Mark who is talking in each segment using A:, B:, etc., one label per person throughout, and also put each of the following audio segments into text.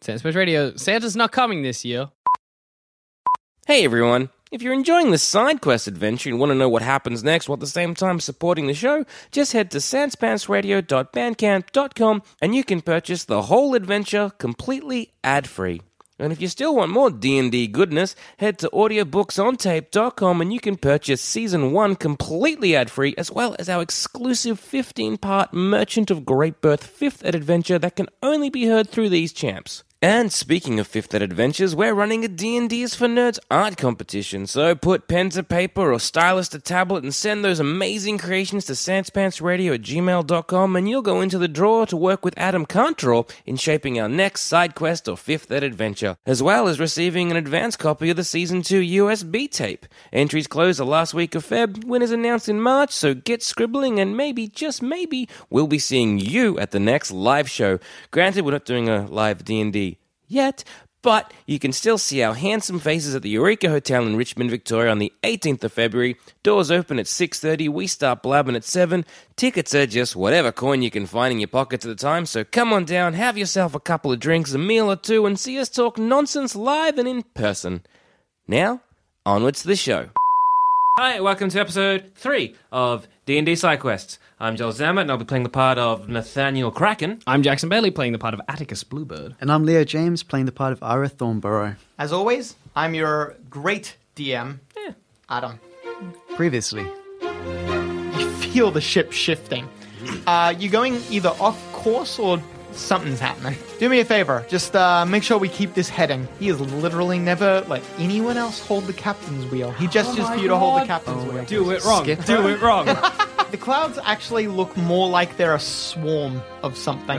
A: Tennis Bush Radio. Santa's not coming this year.
B: Hey everyone! If you're enjoying this side quest adventure and want to know what happens next while at the same time supporting the show, just head to sanspantsradio.bandcamp.com and you can purchase the whole adventure completely ad-free. And if you still want more D&D goodness, head to audiobooksontape.com and you can purchase season 1 completely ad-free as well as our exclusive 15-part Merchant of Great Birth 5th Ed adventure that can only be heard through these champs. And speaking of Fifth Ed Adventures, we're running a D&D is for Nerds art competition, so put pen to paper or stylus to tablet and send those amazing creations to sanspantsradio at gmail.com and you'll go into the draw to work with Adam Cantrell in shaping our next side quest or Fifth Ed Adventure, as well as receiving an advance copy of the Season 2 USB tape. Entries close the last week of Feb, winners announced in March, so get scribbling and maybe, just maybe, we'll be seeing you at the next live show. Granted, we're not doing a live D&D yet, but you can still see our handsome faces at the Eureka Hotel in Richmond, Victoria on the 18th of February. Doors open at 6:30, we start blabbing at 7. Tickets are just whatever coin you can find in your pockets at the time, so come on down, have yourself a couple of drinks, a meal or two and see us talk nonsense live and in person. Now, onwards to the show.
C: Hi, welcome to episode three of D and D Side Quests. I'm Joel Zammett, and I'll be playing the part of Nathaniel Kraken.
A: I'm Jackson Bailey playing the part of Atticus Bluebird.
D: And I'm Leo James playing the part of Ira Thornborough.
E: As always, I'm your great DM, Adam.
D: Previously,
E: You feel the ship shifting. Uh, you're going either off course or something's happening. Do me a favor, just uh, make sure we keep this heading. He has literally never let anyone else hold the captain's wheel. He gestures
F: Oh
E: for you to hold the captain's
A: Oh,
E: wheel.
C: Oh, Do it wrong. Do it wrong.
E: The clouds actually look more like they're a swarm of something.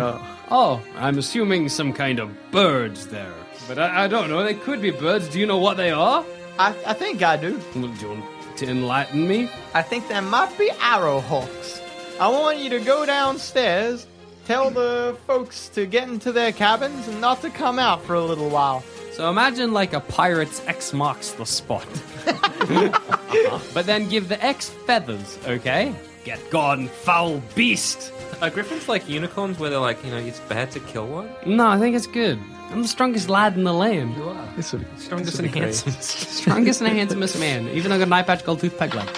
A: Oh, I'm assuming some kind of birds there. But I, I don't know. They could be birds. Do you know what they are?
E: I, I think I do.
A: Well, Do you want to enlighten me?
E: I think there might be arrow hawks. I want you to go downstairs, tell the folks to get into their cabins and not to come out for a little while.
F: So imagine like a pirate's X marks the spot. But then give the X feathers, okay? Get gone, foul beast!
C: Are griffins like unicorns where they're like, you know, it's bad to kill one?
F: No, I think it's good. I'm the strongest lad in the land. You are.
D: this would,
F: Strongest and handsomest. strongest and handsomest man, even though I got an eye patch, gold tooth, peg leg.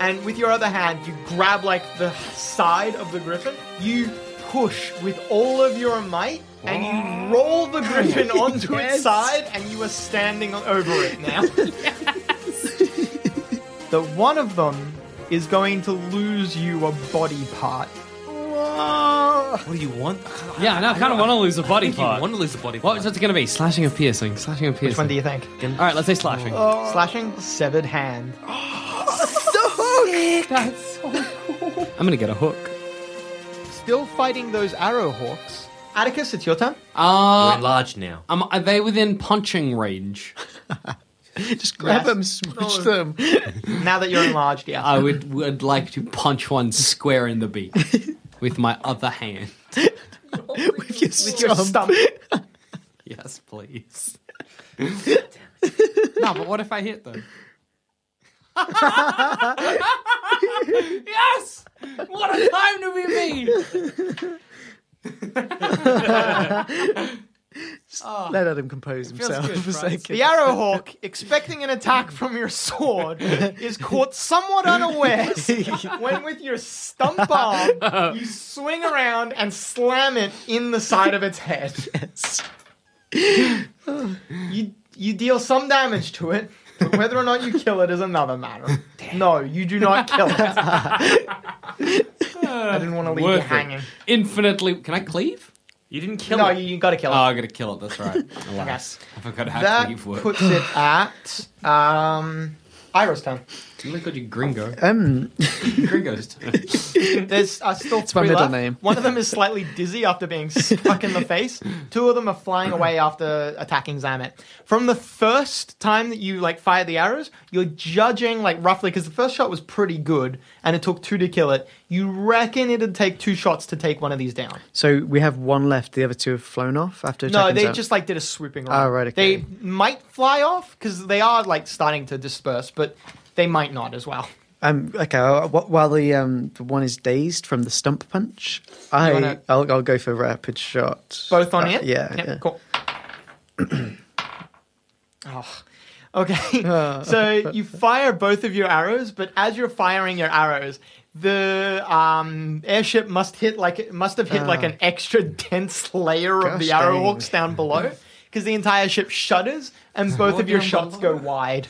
E: And with your other hand, you grab like the side of the griffin, you push with all of your might, and you roll the griffin onto its side, and you are standing over it now. The one of them is going to lose you a body part.
C: What do you want?
F: Yeah, no, I kind of want to lose a body
C: You
F: part.
C: want to lose a body
F: What
C: part?
F: was it going to be? Slashing or piercing? Slashing or piercing?
E: Which one do you Oh. think?
F: All right, let's say slashing.
E: Slashing, severed hand.
F: I'm going to get a hook.
E: Still fighting those arrow hawks. Atticus, it's your turn.
C: We're
F: Uh,
C: enlarged now.
F: um, are they within punching range?
D: just grab
E: Yes.
D: them, smooch them.
E: Now that you're enlarged, yeah.
F: I would would like to punch one square in the beak with my other hand.
D: With your
E: With
F: um,
E: your
D: stump.
E: stump.
F: Yes, please. no, but what if I hit them? yes! What a time to be me!
E: Ah.
D: Let Adam compose himself for a second.
E: The arrow hawk, expecting an attack from your sword, is caught somewhat unawares when, with your stump arm, you swing around and slam it in the side of its head. You you deal some damage to it, but whether or not you kill it is another matter. No, you do not kill it. I didn't want to leave you
F: Worth it.
E: hanging.
F: Infinitely. Can I cleave?
C: You didn't kill
E: No,
C: it.
E: you, you gotta kill
F: Oh,
E: it.
F: I gotta kill it, that's right. Alas. I forgot how
E: that
F: cleave works.
E: puts it at um, Iris turn.
F: Look at you, gringo.
D: Um,
F: Gringo's turn.
E: There's uh, still
D: my
E: three
D: middle
E: left.
D: name.
E: One of them is slightly dizzy after being struck in the face. Two of them are flying away after attacking Zamet. From the first time that you like fire the arrows, you're judging like roughly because the first shot was pretty good and it took two to kill it. You reckon it'd take two shots to take one of these down.
D: so we have one left. The other two have flown off after.
E: No,
D: attacking
E: they
D: Zap.
E: just like did a swooping round.
D: Oh, right, okay.
E: They might fly off because they are like starting to disperse, but they might not as well.
D: Um, okay, uh, wh- while the um the one is dazed from the stump punch, I
E: wanna-
D: I'll, I'll go for rapid shot.
E: Both on
D: Uh,
E: it.
D: Yeah,
E: Yep,
D: yeah.
E: Cool. Oh, Okay.
D: Uh.
E: so you fire both of your arrows, but as you're firing your arrows, the um, airship must hit like it must have hit like an extra dense layer of the
D: Ah. gosh
E: arrow
D: dang.
E: hooks down below because the entire ship shudders and both of your shots go wide.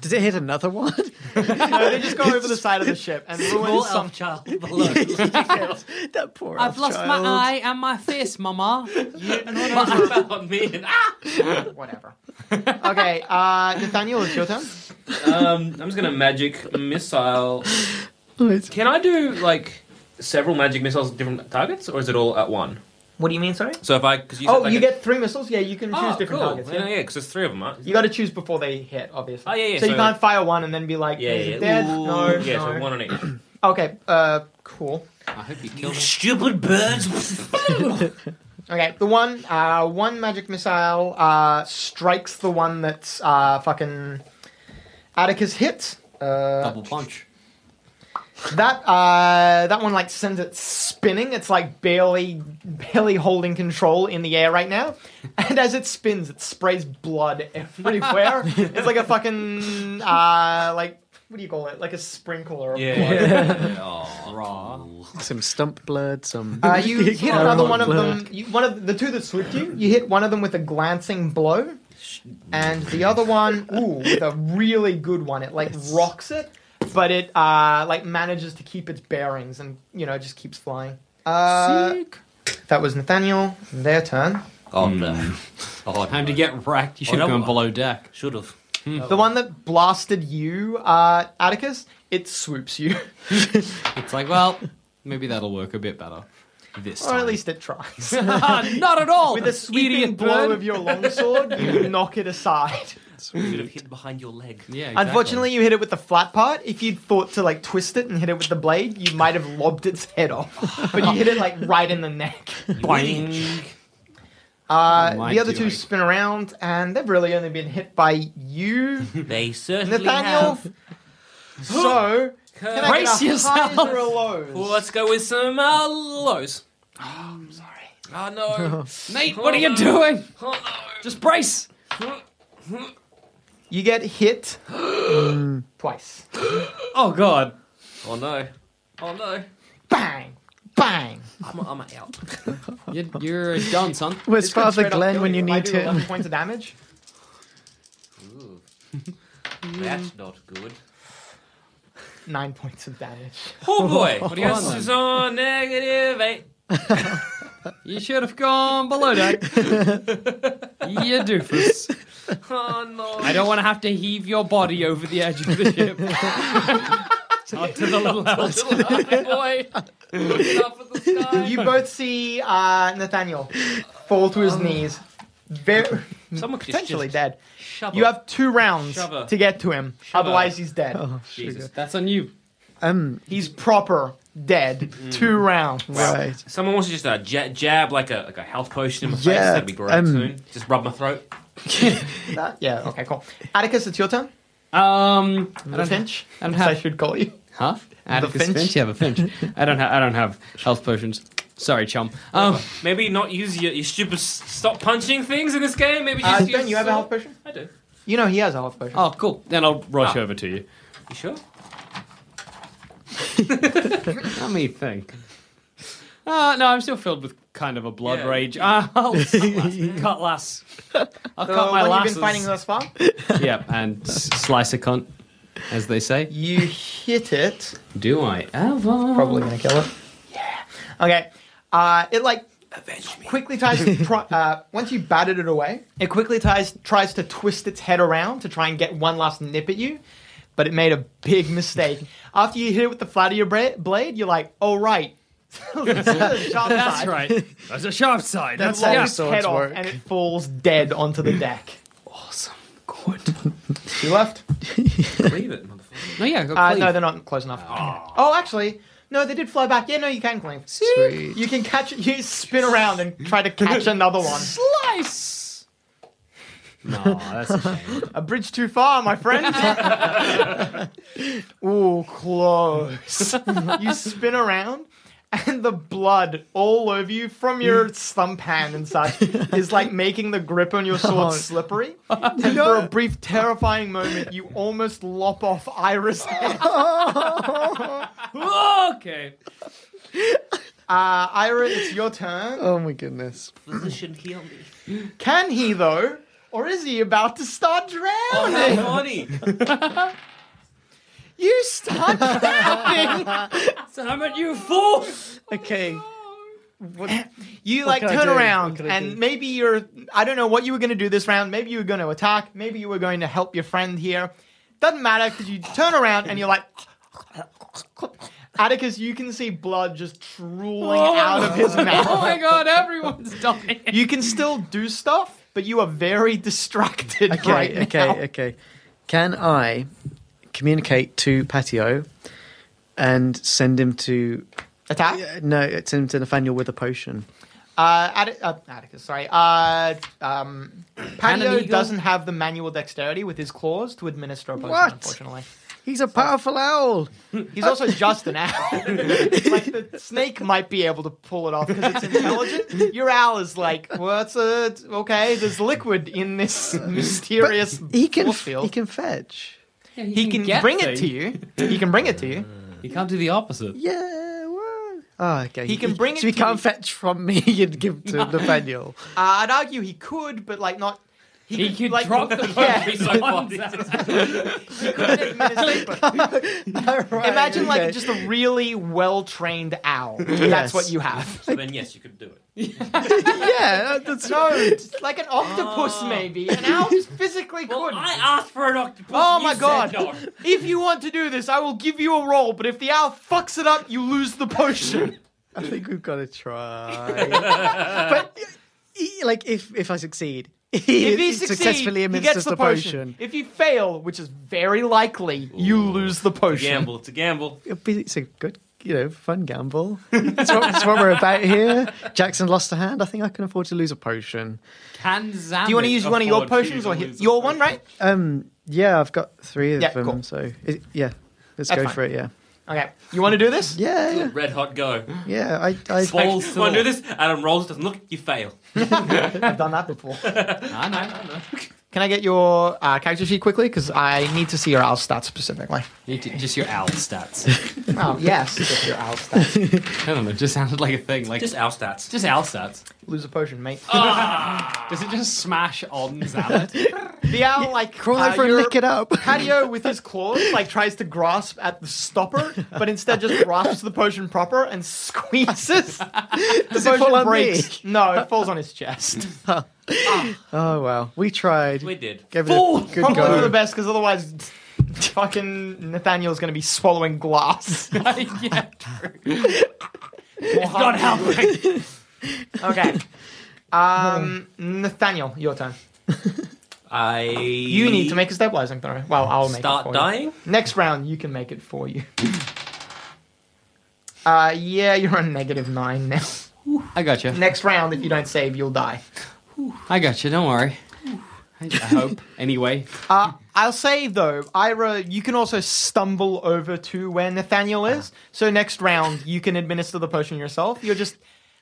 D: Does it hit another one?
E: no, they just go over the side of the ship and ruin
F: Poor
E: some.
F: elf child below.
D: that poor
F: I've lost
D: child.
F: my eye and my face, Mama.
C: about me and ah!
E: Whatever. Okay, uh, Nathaniel, it's your turn.
C: Um, I'm just gonna magic missile.
D: Oh,
C: Can I do like several magic missiles at different targets, or is it all at one?
E: What do you mean? Sorry.
C: So if I, because you said
E: Oh,
C: like
E: you
C: a-
E: get three missiles. Yeah, you can choose
C: oh,
E: different
C: cool.
E: targets.
C: Yeah,
E: yeah.
C: yeah, because there's three of them. Right?
E: You got to choose before they hit, obviously.
C: Oh, yeah, yeah,
E: So, you
C: so-
E: can't fire one and then be like,
C: Yeah,
E: is
C: yeah,
E: it dead?
C: Ooh.
E: No,
C: yeah,
E: no.
C: so one on each.
E: Okay, uh, cool.
F: I hope you killed him.
C: Stupid birds.
E: Okay, the one, uh, one magic missile, uh, strikes the one that's, uh, fucking Atticus hit. Uh,
F: Double punch.
E: that, uh, that one, like, sends it spinning. It's, like, barely, barely holding control in the air right now. And as it spins, it sprays blood everywhere. it's like a fucking, uh, like, what do you call it? Like a sprinkler of
C: Yeah.
E: blood.
C: yeah. Aw.
F: Oh, Raw.
D: Some stump blood, some.
E: Uh, you hit another
D: Arrow
E: one of
D: blood.
E: them. You, one of the two that swooped you. You hit one of them with a glancing blow, and the other one, ooh, with a really good one. It like rocks it, but it uh, like manages to keep its bearings and you know just keeps flying. Uh, That was Nathaniel. Their turn.
F: Oh
C: Hmm.
F: no. Oh, time to get wrecked. You should have
C: no.
F: gone below deck.
C: Should have.
E: The one that blasted you, uh, Atticus. It swoops you,
F: It's like, well, maybe that'll work a bit better this time.
E: or at least it tries.
F: not at all.
E: With a sweeping
F: Idiot
E: blow
F: bird.
E: of your longsword, you knock it aside.
C: Should have hid behind your leg.
F: Yeah. Exactly.
E: Unfortunately, you hit it with the flat part. If you'd thought to like twist it and hit it with the blade, you might have lobbed its head off. But you hit it like right in the neck.
C: Boing.
E: Uh,
F: My
E: the other
F: doing.
E: two spin around, and they've really only been hit by you,
C: They certainly
E: Nathaniel.
C: have.
E: so can I
F: Brace
E: get a
F: yourself.
E: highs or a lows?
C: Well, let's go with some uh, lows. Oh, I'm sorry. Oh no.
F: Nate, what are you doing?
C: oh
F: Just brace.
E: You get hit twice.
F: Oh god.
C: no. Oh no. Oh no.
E: Bang, bang.
C: I'm, I'm out.
F: You're, you're done, son.
D: Where's
E: gonna
D: Father
E: straight up
D: Glenn
E: kill
D: when you
E: I
D: need
E: do
D: him?
E: 11 points of damage.
C: That's not good.
E: Nine points of damage.
C: Oh boy. What
F: you on then?
C: is on negative eight?
F: You should have gone below deck. you doofus.
C: Oh no.
F: I don't want to have to heave your body over the edge of the ship. Onto the little house.
C: boy. Looking up at the sky.
E: You both see uh, Nathaniel fall to his knees. Very.
C: Someone could
E: potentially
C: just,
E: dead.
C: Um, shove
E: You
C: a-
E: have two rounds
C: Shove Oh. a-
E: to get to him, otherwise he's dead.
D: Oh,
C: Jesus.
F: That's on you.
D: Um,
E: He's proper dead.
C: Mm.
E: Two rounds.
D: right.
C: Someone wants to just uh, ja- jab like a like a health potion in my face.
D: Yeah,
C: That'd be great.
D: um,
C: soon. Just rub my throat.
E: That- yeah. Okay. Cool. Atticus, it's your turn.
F: Um, I
E: The
F: don't,
E: Finch.
F: I don't
E: as I
F: have
E: should call you.
F: Huh? Atticus
E: Finch?
F: Finch? You have a Finch. I don't have. I don't have health potions. Sorry, chum. Um,
C: Maybe not use your, your stupid s- stop punching things in this game. Maybe just
E: Uh,
C: use
E: don't you have a health
C: sword.
E: potion?
C: I do.
E: You know he has a health potion.
F: oh, cool. Then I'll rush
C: Ah.
F: over to you.
C: You sure?
F: Let me think. Uh, no, I'm still filled with kind of a blood
C: Yeah.
F: rage. Ah, I'll cut lass. I'll
E: The
F: cut my
E: one
F: lasses.
E: you've been fighting thus far.
F: Yep, and s- slice a cunt, as they say.
E: You hit it.
F: Do I ever?
E: Probably gonna kill it. Yeah. Okay. Uh, it like quickly tries to pro- uh, once you batted it away. It quickly tries tries to twist its head around to try and get one last nip at you, but it made a big mistake. After you hit it with the flat of your bra- blade, you're like, "Oh right." That's
F: That's right. That's a sharp side.
E: That
F: That's,
D: how
E: lops its
D: swords
E: head off
D: work.
E: and it falls dead onto the deck.
F: awesome. Good.
E: You left?
C: Leave it, motherfucker.
F: No, yeah. Go
E: Uh,
F: cleave.
E: no, they're not close enough. Oh, actually, no, they did fly back. Yeah, no, you can clean.
D: Sweet.
E: You can catch. You spin around and try to catch another one.
F: Slice. No, that's a shame.
E: A bridge too far, my friend. Ooh, close. you spin around, and the blood all over you from your thumb hand and such is like making the grip on your sword slippery. And for a brief, terrifying moment, you almost lop off Iris. head.
G: okay.
E: Uh, Ira, it's your turn.
D: Oh my goodness.
G: Physician, heal me.
E: Can he though, or is he about to start drowning?
G: Money.
E: You start drowning.
F: Damn it, you fool!
D: Okay.
E: You like
D: can I
E: turn
D: do?
E: around
D: What can I
E: and
D: do?
E: maybe you're I don't know what you were gonna do this round. Maybe you were gonna attack, maybe you were going to help your friend here. Doesn't matter because you turn around and you're like Atticus, you can see blood just drooling out of his
F: Oh
E: mouth.
F: my god, everyone's dying.
E: You can still do stuff, but you are very distracted
D: Okay,
E: right
D: okay,
E: now.
D: okay. Can I communicate to Patio and send him to
E: Attack?
D: Yeah, no, send him to Nathaniel with a potion.
E: Uh, Atti- uh, Atticus, sorry. Uh, um, Patio
F: Eagle?
E: doesn't have the manual dexterity with his claws to administer a potion,
D: What?
E: unfortunately.
D: He's a powerful owl.
E: He's also just an owl. It's like the snake might be able to pull it off because it's intelligent. Your owl is like, what's it? Okay, there's liquid in this mysterious
D: He can
E: force
D: f-
E: field.
D: he can fetch.
E: He can bring it to you. He can bring it to you.
F: You can't do the opposite.
D: Yeah. Well. Oh, okay.
E: He can bring it
D: So he
E: to
D: can't
E: you.
D: fetch from me and give to Nathaniel.
E: Uh, I'd argue he could, but like not.
F: He could
E: like,
F: drop the
E: yeah,
F: country
E: he
F: so far.
E: could administer, but Imagine
D: Okay.
E: like just a really well trained owl. That's
D: Yes.
E: what you have.
G: So then, yes, you could do it.
D: yeah. That's
E: No, it's like an octopus maybe. An owl just physically couldn't.
G: asked for an octopus.
E: Oh my god! If you want to do this, I will give you a roll, but if the owl fucks it up, you lose the potion.
D: I think we've got to try. but he- like, if if I succeed, he,
E: If he succeeds,
D: successfully
E: he
D: administers
E: gets the
D: the
E: potion.
D: potion.
E: If you fail, which is very likely, you lose the potion.
G: Gamble. It's a gamble.
D: It'd be- It's a good, you know, fun gamble. That's what, that's what we're about here. Jackson lost a hand. I think I can afford to lose a potion.
F: Can Zamet
E: Do you want to use one of your
F: afford to
E: potions or
F: lose
E: hit
F: a
E: your one, right?
D: Um, yeah, I've got three of
E: Yeah,
D: them.
E: cool.
D: So it, yeah, let's
E: That's
D: go
E: fine.
D: for it. Yeah,
E: Okay. You want to do this?
D: yeah, yeah.
G: Red hot go. Like,
D: yeah I, I,
F: Full
G: Want to do this? Adam rolls, doesn't look. You fail.
E: I've done that before.
F: I know, I know.
E: Can I get your uh, character sheet quickly? Because I need to see your owl stats specifically.
F: You did Just your owl stats.
E: Oh, yes. just your owl stats.
F: I don't know, it just sounded like a thing. Like
G: Just
F: Just,
G: our stats.
F: owl stats.
E: Lose a potion, mate.
F: Uh, Does it just smash on Zamet?
E: the owl, like,
D: crawl
E: uh,
D: over and
E: your-
D: lick it up.
E: Patio with his claws like tries to grasp at the stopper, but instead just grasps the potion proper and
D: Does
E: squeezes. The
D: it fall
E: potion
D: on
E: breaks. No, it falls on his chest.
D: Oh well, we tried.
G: We did.
D: Gave it
E: Fool!
D: a good
E: Probably for the
D: go.
E: best, because otherwise, fucking Nathaniel's gonna be swallowing glass.
F: yeah.
E: it's not helping. okay. Um, Nathaniel, your turn.
G: I.
E: You need to make a stabilizing throw. Well, I'll make it
G: Start
E: for
G: dying.
E: You. Next round, you can make it for you. Uh, yeah, you're on negative nine now.
F: I got you.
E: Next round, if you don't save, you'll die.
F: I got you. Don't worry. I, I hope. Anyway,
E: Uh, I'll say though, Ira, you can also stumble over to where Nathaniel is. So next round, you can administer the potion yourself. You're just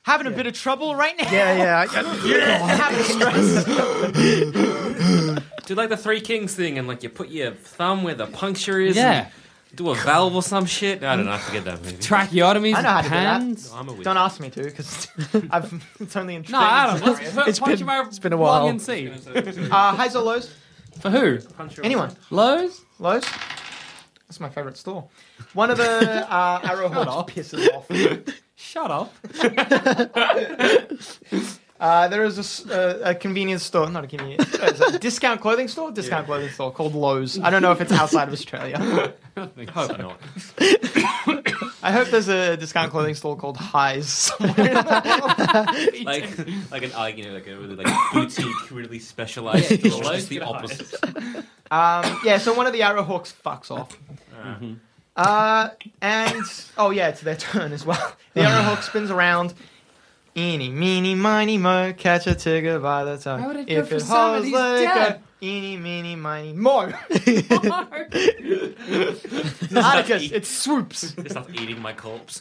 E: having a bit of trouble right now.
D: Yeah, yeah. I- I-
E: having stress.
G: Do like the Three Kings thing and like you put your thumb where the puncture is.
F: Yeah.
G: and Do a valve or some shit. I don't know. I forget that movie.
F: tracheotomies.
E: I know how to do that.
F: hands.
G: I'm a weird.
E: Don't ask me to, because I've it's only in.
F: No, Adam.
E: training.
F: Let's put,
D: It's
F: punch
D: been-
F: him over
D: it's been a
F: lung
D: while.
F: And see.
E: Uh, highs or lows?
F: For who?
E: Anyone?
F: Lowe's?
E: Lows. That's my favorite store. One of the uh, arrow horns pisses off.
F: Shut up.
E: Uh, there is a s- uh, a, convenience store, not a convenience, uh, it's a discount clothing store, discount clothing store called Lowe's. I don't know if it's outside of Australia.
G: Hope not.
E: I hope there's a discount clothing store called Highs somewhere. in the world.
G: Like, like an, like, you know, like a really like boutique, really specialized
F: Yeah,
G: store.
F: yeah.
G: Just the opposite.
E: um, yeah, so one of the Arrowhawks fucks off. Uh, and oh yeah, it's their turn as well. The Arrowhawk spins around. Eeny, meeny, miny, mo, catch a tiger by the tongue.
F: I would've
E: if
F: preferred
E: it holds
F: somebody's
E: like
F: dad.
E: a eeny, meeny, miny, mo. Atticus, it swoops,
C: It's not eating my corpse.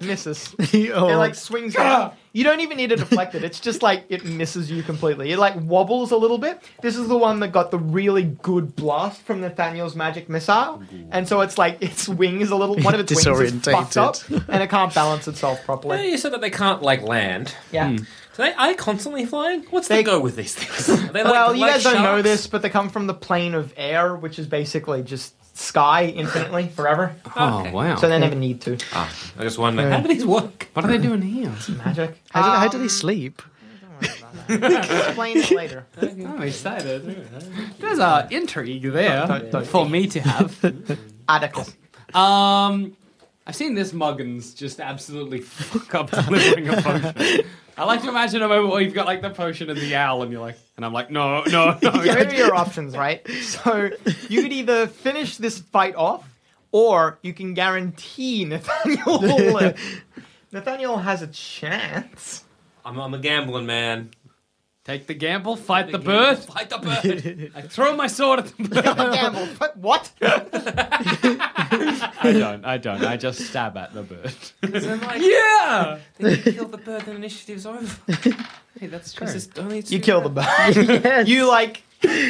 E: misses.
D: Oh,
E: It like swings. you. you don't even need to deflect it. It's just like it misses you completely. It like wobbles a little bit. This is the one that got the really good blast from Nathaniel's magic missile, and so it's like its wing is a little one of its wings is fucked up, and it can't balance itself
C: Yeah,
E: properly.
C: you said that they can't like land.
E: Yeah.
D: Hmm.
C: So they are they constantly flying? What's
E: They-
C: the go with these things? Are they like,
E: well, you
C: like
E: guys don't know
C: sharks?
E: this, but they come from the plane of air, which is basically just sky infinitely forever.
F: Oh, wow.
E: So they never need to.
C: I just wonder how do these work?
F: what are they doing here?
E: Magic.
D: how, did, how
E: Um,
D: do they sleep?
E: explain it later?
F: I'm excited. There's a intrigue there for me to have.
E: Atticus.
F: Um, I've seen this Muggins just absolutely fuck up delivering a potion. I like to imagine a moment where you've got like the potion and the owl, and you're like, and I'm like, no, no, no.
E: yeah, here are your options, right? So you could either finish this fight off, or you can guarantee Nathaniel will live. Nathaniel has a chance.
C: I'm, I'm a gambling man.
F: Take the gamble, fight the, bird.
C: Fight the bird.
F: I throw my sword at the bird.
E: Gamble. But What?
F: I don't, I don't. I just stab at the bird.
C: yeah. They kill the bird, then initiative's over.
F: Hey, that's true.
C: It's just only two
E: You kill the bird. You like,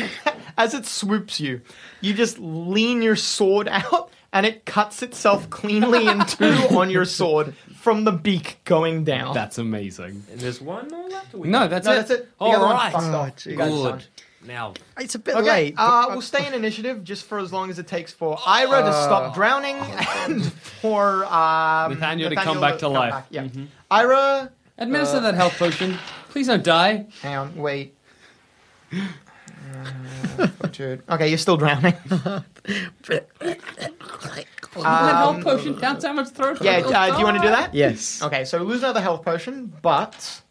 E: as it swoops you, you just lean your sword out, and it cuts itself cleanly in two on your sword from the beak going down.
F: That's amazing.
C: And there's one more left. or we-
F: Oh. No, that's
E: no,
F: it.
E: that's it. The
C: All
E: other one
C: right.
E: fucked
D: Oh,
E: off. You
D: geez.
E: guys
C: Good.
E: done.
C: Now
D: It's a bit
E: Okay,
D: late.
E: uh,
D: but-
E: we'll stay in initiative just for as long as it takes for Ira to stop
D: Uh,
E: drowning
D: oh,
E: and for um,
F: Nathaniel to come back to life.
E: yeah.
D: Mm-hmm.
E: Ira,
F: Administer that health potion. Please don't die.
E: hang on, wait. Uh, Jude. okay, you're still drowning.
F: that health
E: Um,
F: potion down Simon's throat.
E: Yeah, uh, do you want to do that?
D: yes.
E: Okay, so lose another health potion, but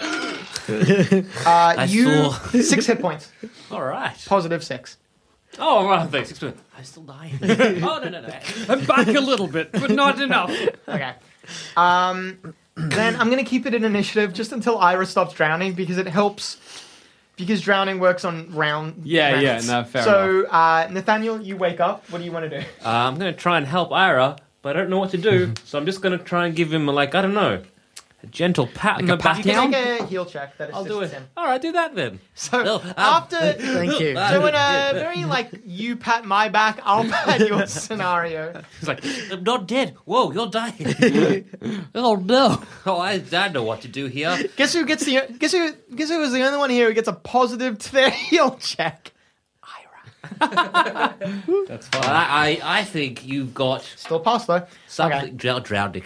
E: uh, you six hit points,
C: All right.
E: positive six.
C: Oh, all right. Thanks. I'm still dying. oh no no no.
F: I'm back a little bit, but not enough.
E: Okay. Um, then I'm going to keep it in initiative just until Ira stops drowning because it helps. Because drowning works on round.
F: Yeah, yeah,
E: rounds.
F: no, fair
E: So, uh, Nathaniel, you wake up. What do you want to do?
C: Uh, I'm gonna try and help Ira, but I don't know what to do, so I'm just gonna try and give him like I don't know, a gentle pat on
F: Like a
C: the back.
F: pat
E: You
F: down?
E: can make a heal check that
C: I'll
E: assists
C: do it.
E: him.
C: All right, do that then.
E: So
C: No, um,
E: after.
D: Thank you.
E: So in a very like you pat my back, I'll pat your scenario.
C: He's like, I'm not dead. Whoa, you're dying.
F: Oh no.
C: oh, I, I know what to do here.
E: Guess who gets the guess who guess who is the only one here who gets a positive to their heal check?
F: That's fine.
C: I, I, I think you've got
E: Still pass though.
C: something drow- drowning.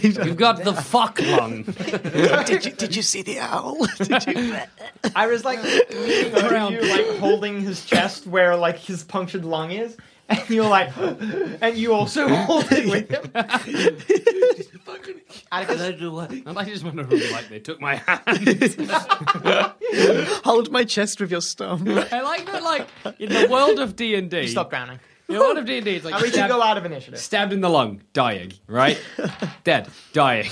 F: You've got the fuck lung.
D: did, you, did you see the owl? Did you-
E: Ira's like leaning over you, like holding his chest where like his punctured lung is, and you're like, and you also hold it with him.
C: I
E: Atticus,
C: don't know what-
F: I just wonder who like they took my hand.
D: Hold my chest with your stump.
F: I like that. Like in the world of D and D,
E: stop drowning.
F: In the world of D and D, it's
E: And
F: like
E: we should
F: stabbed,
E: go out of initiative.
F: stabbed in the lung, dying, right? Dead, dying.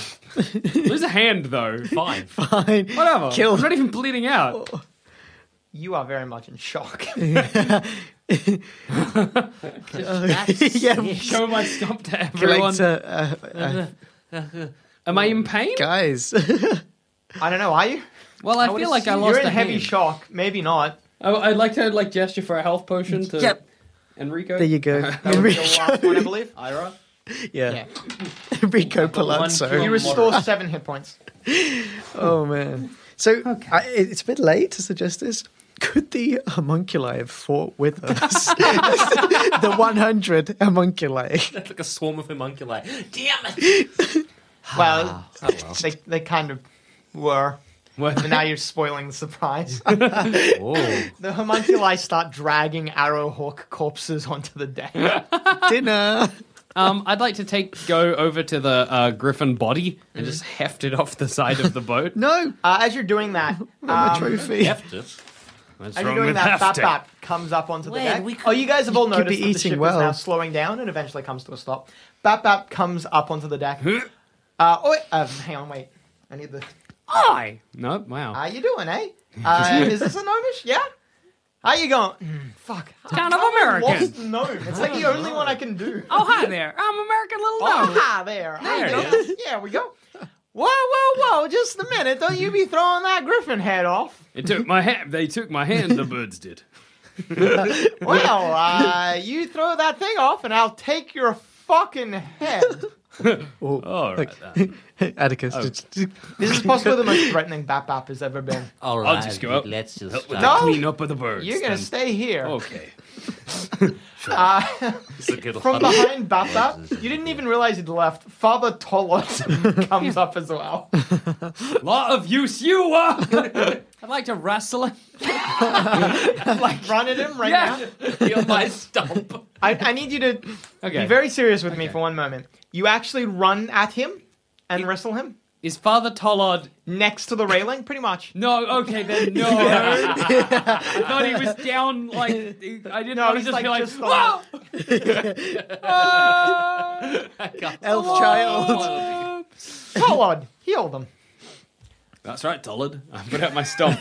F: Lose a hand though. Fine.
D: Fine.
F: Whatever.
D: Kill.
F: I'm not even bleeding out.
E: Oh. You are very much in shock.
D: yeah.
F: Show my stump to everyone.
D: Collect, uh, uh, uh,
F: Am I in pain?
D: guys.
E: I don't know. Are you?
F: Well, I, feel
E: would
F: like I
E: assume
F: lost
E: You're in
F: a
E: heavy
F: hand.
E: shock. Maybe not.
F: I, Oh, I'd like to like gesture for a health potion to
D: Yep.
F: Enrico.
D: There you go.
E: That would be your
D: Enrico,
E: last one, I believe.
F: Ira.
D: yeah.
E: Yeah.
D: Enrico
E: You
D: Palazzo.
E: restore seven hit points.
D: Oh, man. So I, it- it's a bit late to suggest this. Could the homunculi have fought with us? the 100 homunculi.
C: It's like a swarm of homunculi. Damn it!
E: Well,
F: Oh,
E: they they kind of were. But now you're spoiling the surprise.
F: Oh.
E: The homunculi start dragging arrowhawk corpses onto the deck.
D: Dinner.
F: Um, I'd like to take go over to the uh, griffin body and just
E: Mm-hmm.
F: heft it off the side of the boat.
D: No.
E: Uh, as you're doing that,
D: my
E: um,
D: trophy.
C: Left it.
F: What's
E: as you're doing that, Bat Bat comes up onto the
C: Wait,
E: deck.
C: we could-
E: oh, you guys have all
D: could
E: noticed
D: be
E: that the
D: eating
E: ship is
D: well.
E: now slowing down and eventually comes to a stop. Bat Bat comes up onto the deck. uh, oh, wait, um, hang on, wait. I need the.
F: I. No, wow.
E: How you doing, eh? Uh, is this a gnomish? Yeah. How you going? Mm, fuck.
F: Town of American.
E: Lost gnome. It's like the only one I can do.
F: Oh, hi there. I'm American Little
E: Oh,
F: Gnome.
E: hi there. Hi
F: There it
E: there. Yeah, we go. Whoa, whoa, whoa! Just a minute. Don't you be throwing that griffin head off.
A: It took my hand. They took my hand. The birds did.
E: Well, uh, you throw that thing off, and I'll take your fucking head.
D: Oh,
A: All right.
D: like-
A: then.
D: Atticus.
F: Oh.
D: just- just-
E: This is possibly the most threatening bap bap has ever been.
D: Oh,
G: All
A: I'll just go up.
G: Let's just
A: Help with
G: start.
A: the
E: No.
A: cleanup of the birds.
E: You're gonna
A: then.
E: stay here.
A: Okay.
E: Uh, from behind Bap Bap,
G: Yes, yes,
E: you didn't even realize he'd left. Father Tollot comes up as well.
F: Lot of use you are. I'd like to wrestle him.
E: Like run at him right now.
G: You're my stump.
E: I, I need you to
F: Okay.
E: be very serious with me for one moment. You actually run at him and wrestle him
F: Is Father Tollard.
E: next to the railing, pretty much.
F: No, okay, then no. I thought he was down, like. I didn't
E: No,
F: want to
E: he's
F: just
E: like
F: be like,
E: just on-
F: "Whoa!"
D: Elf child.
E: Tollard, heal them.
A: That's right, Tollard. I put out my stump.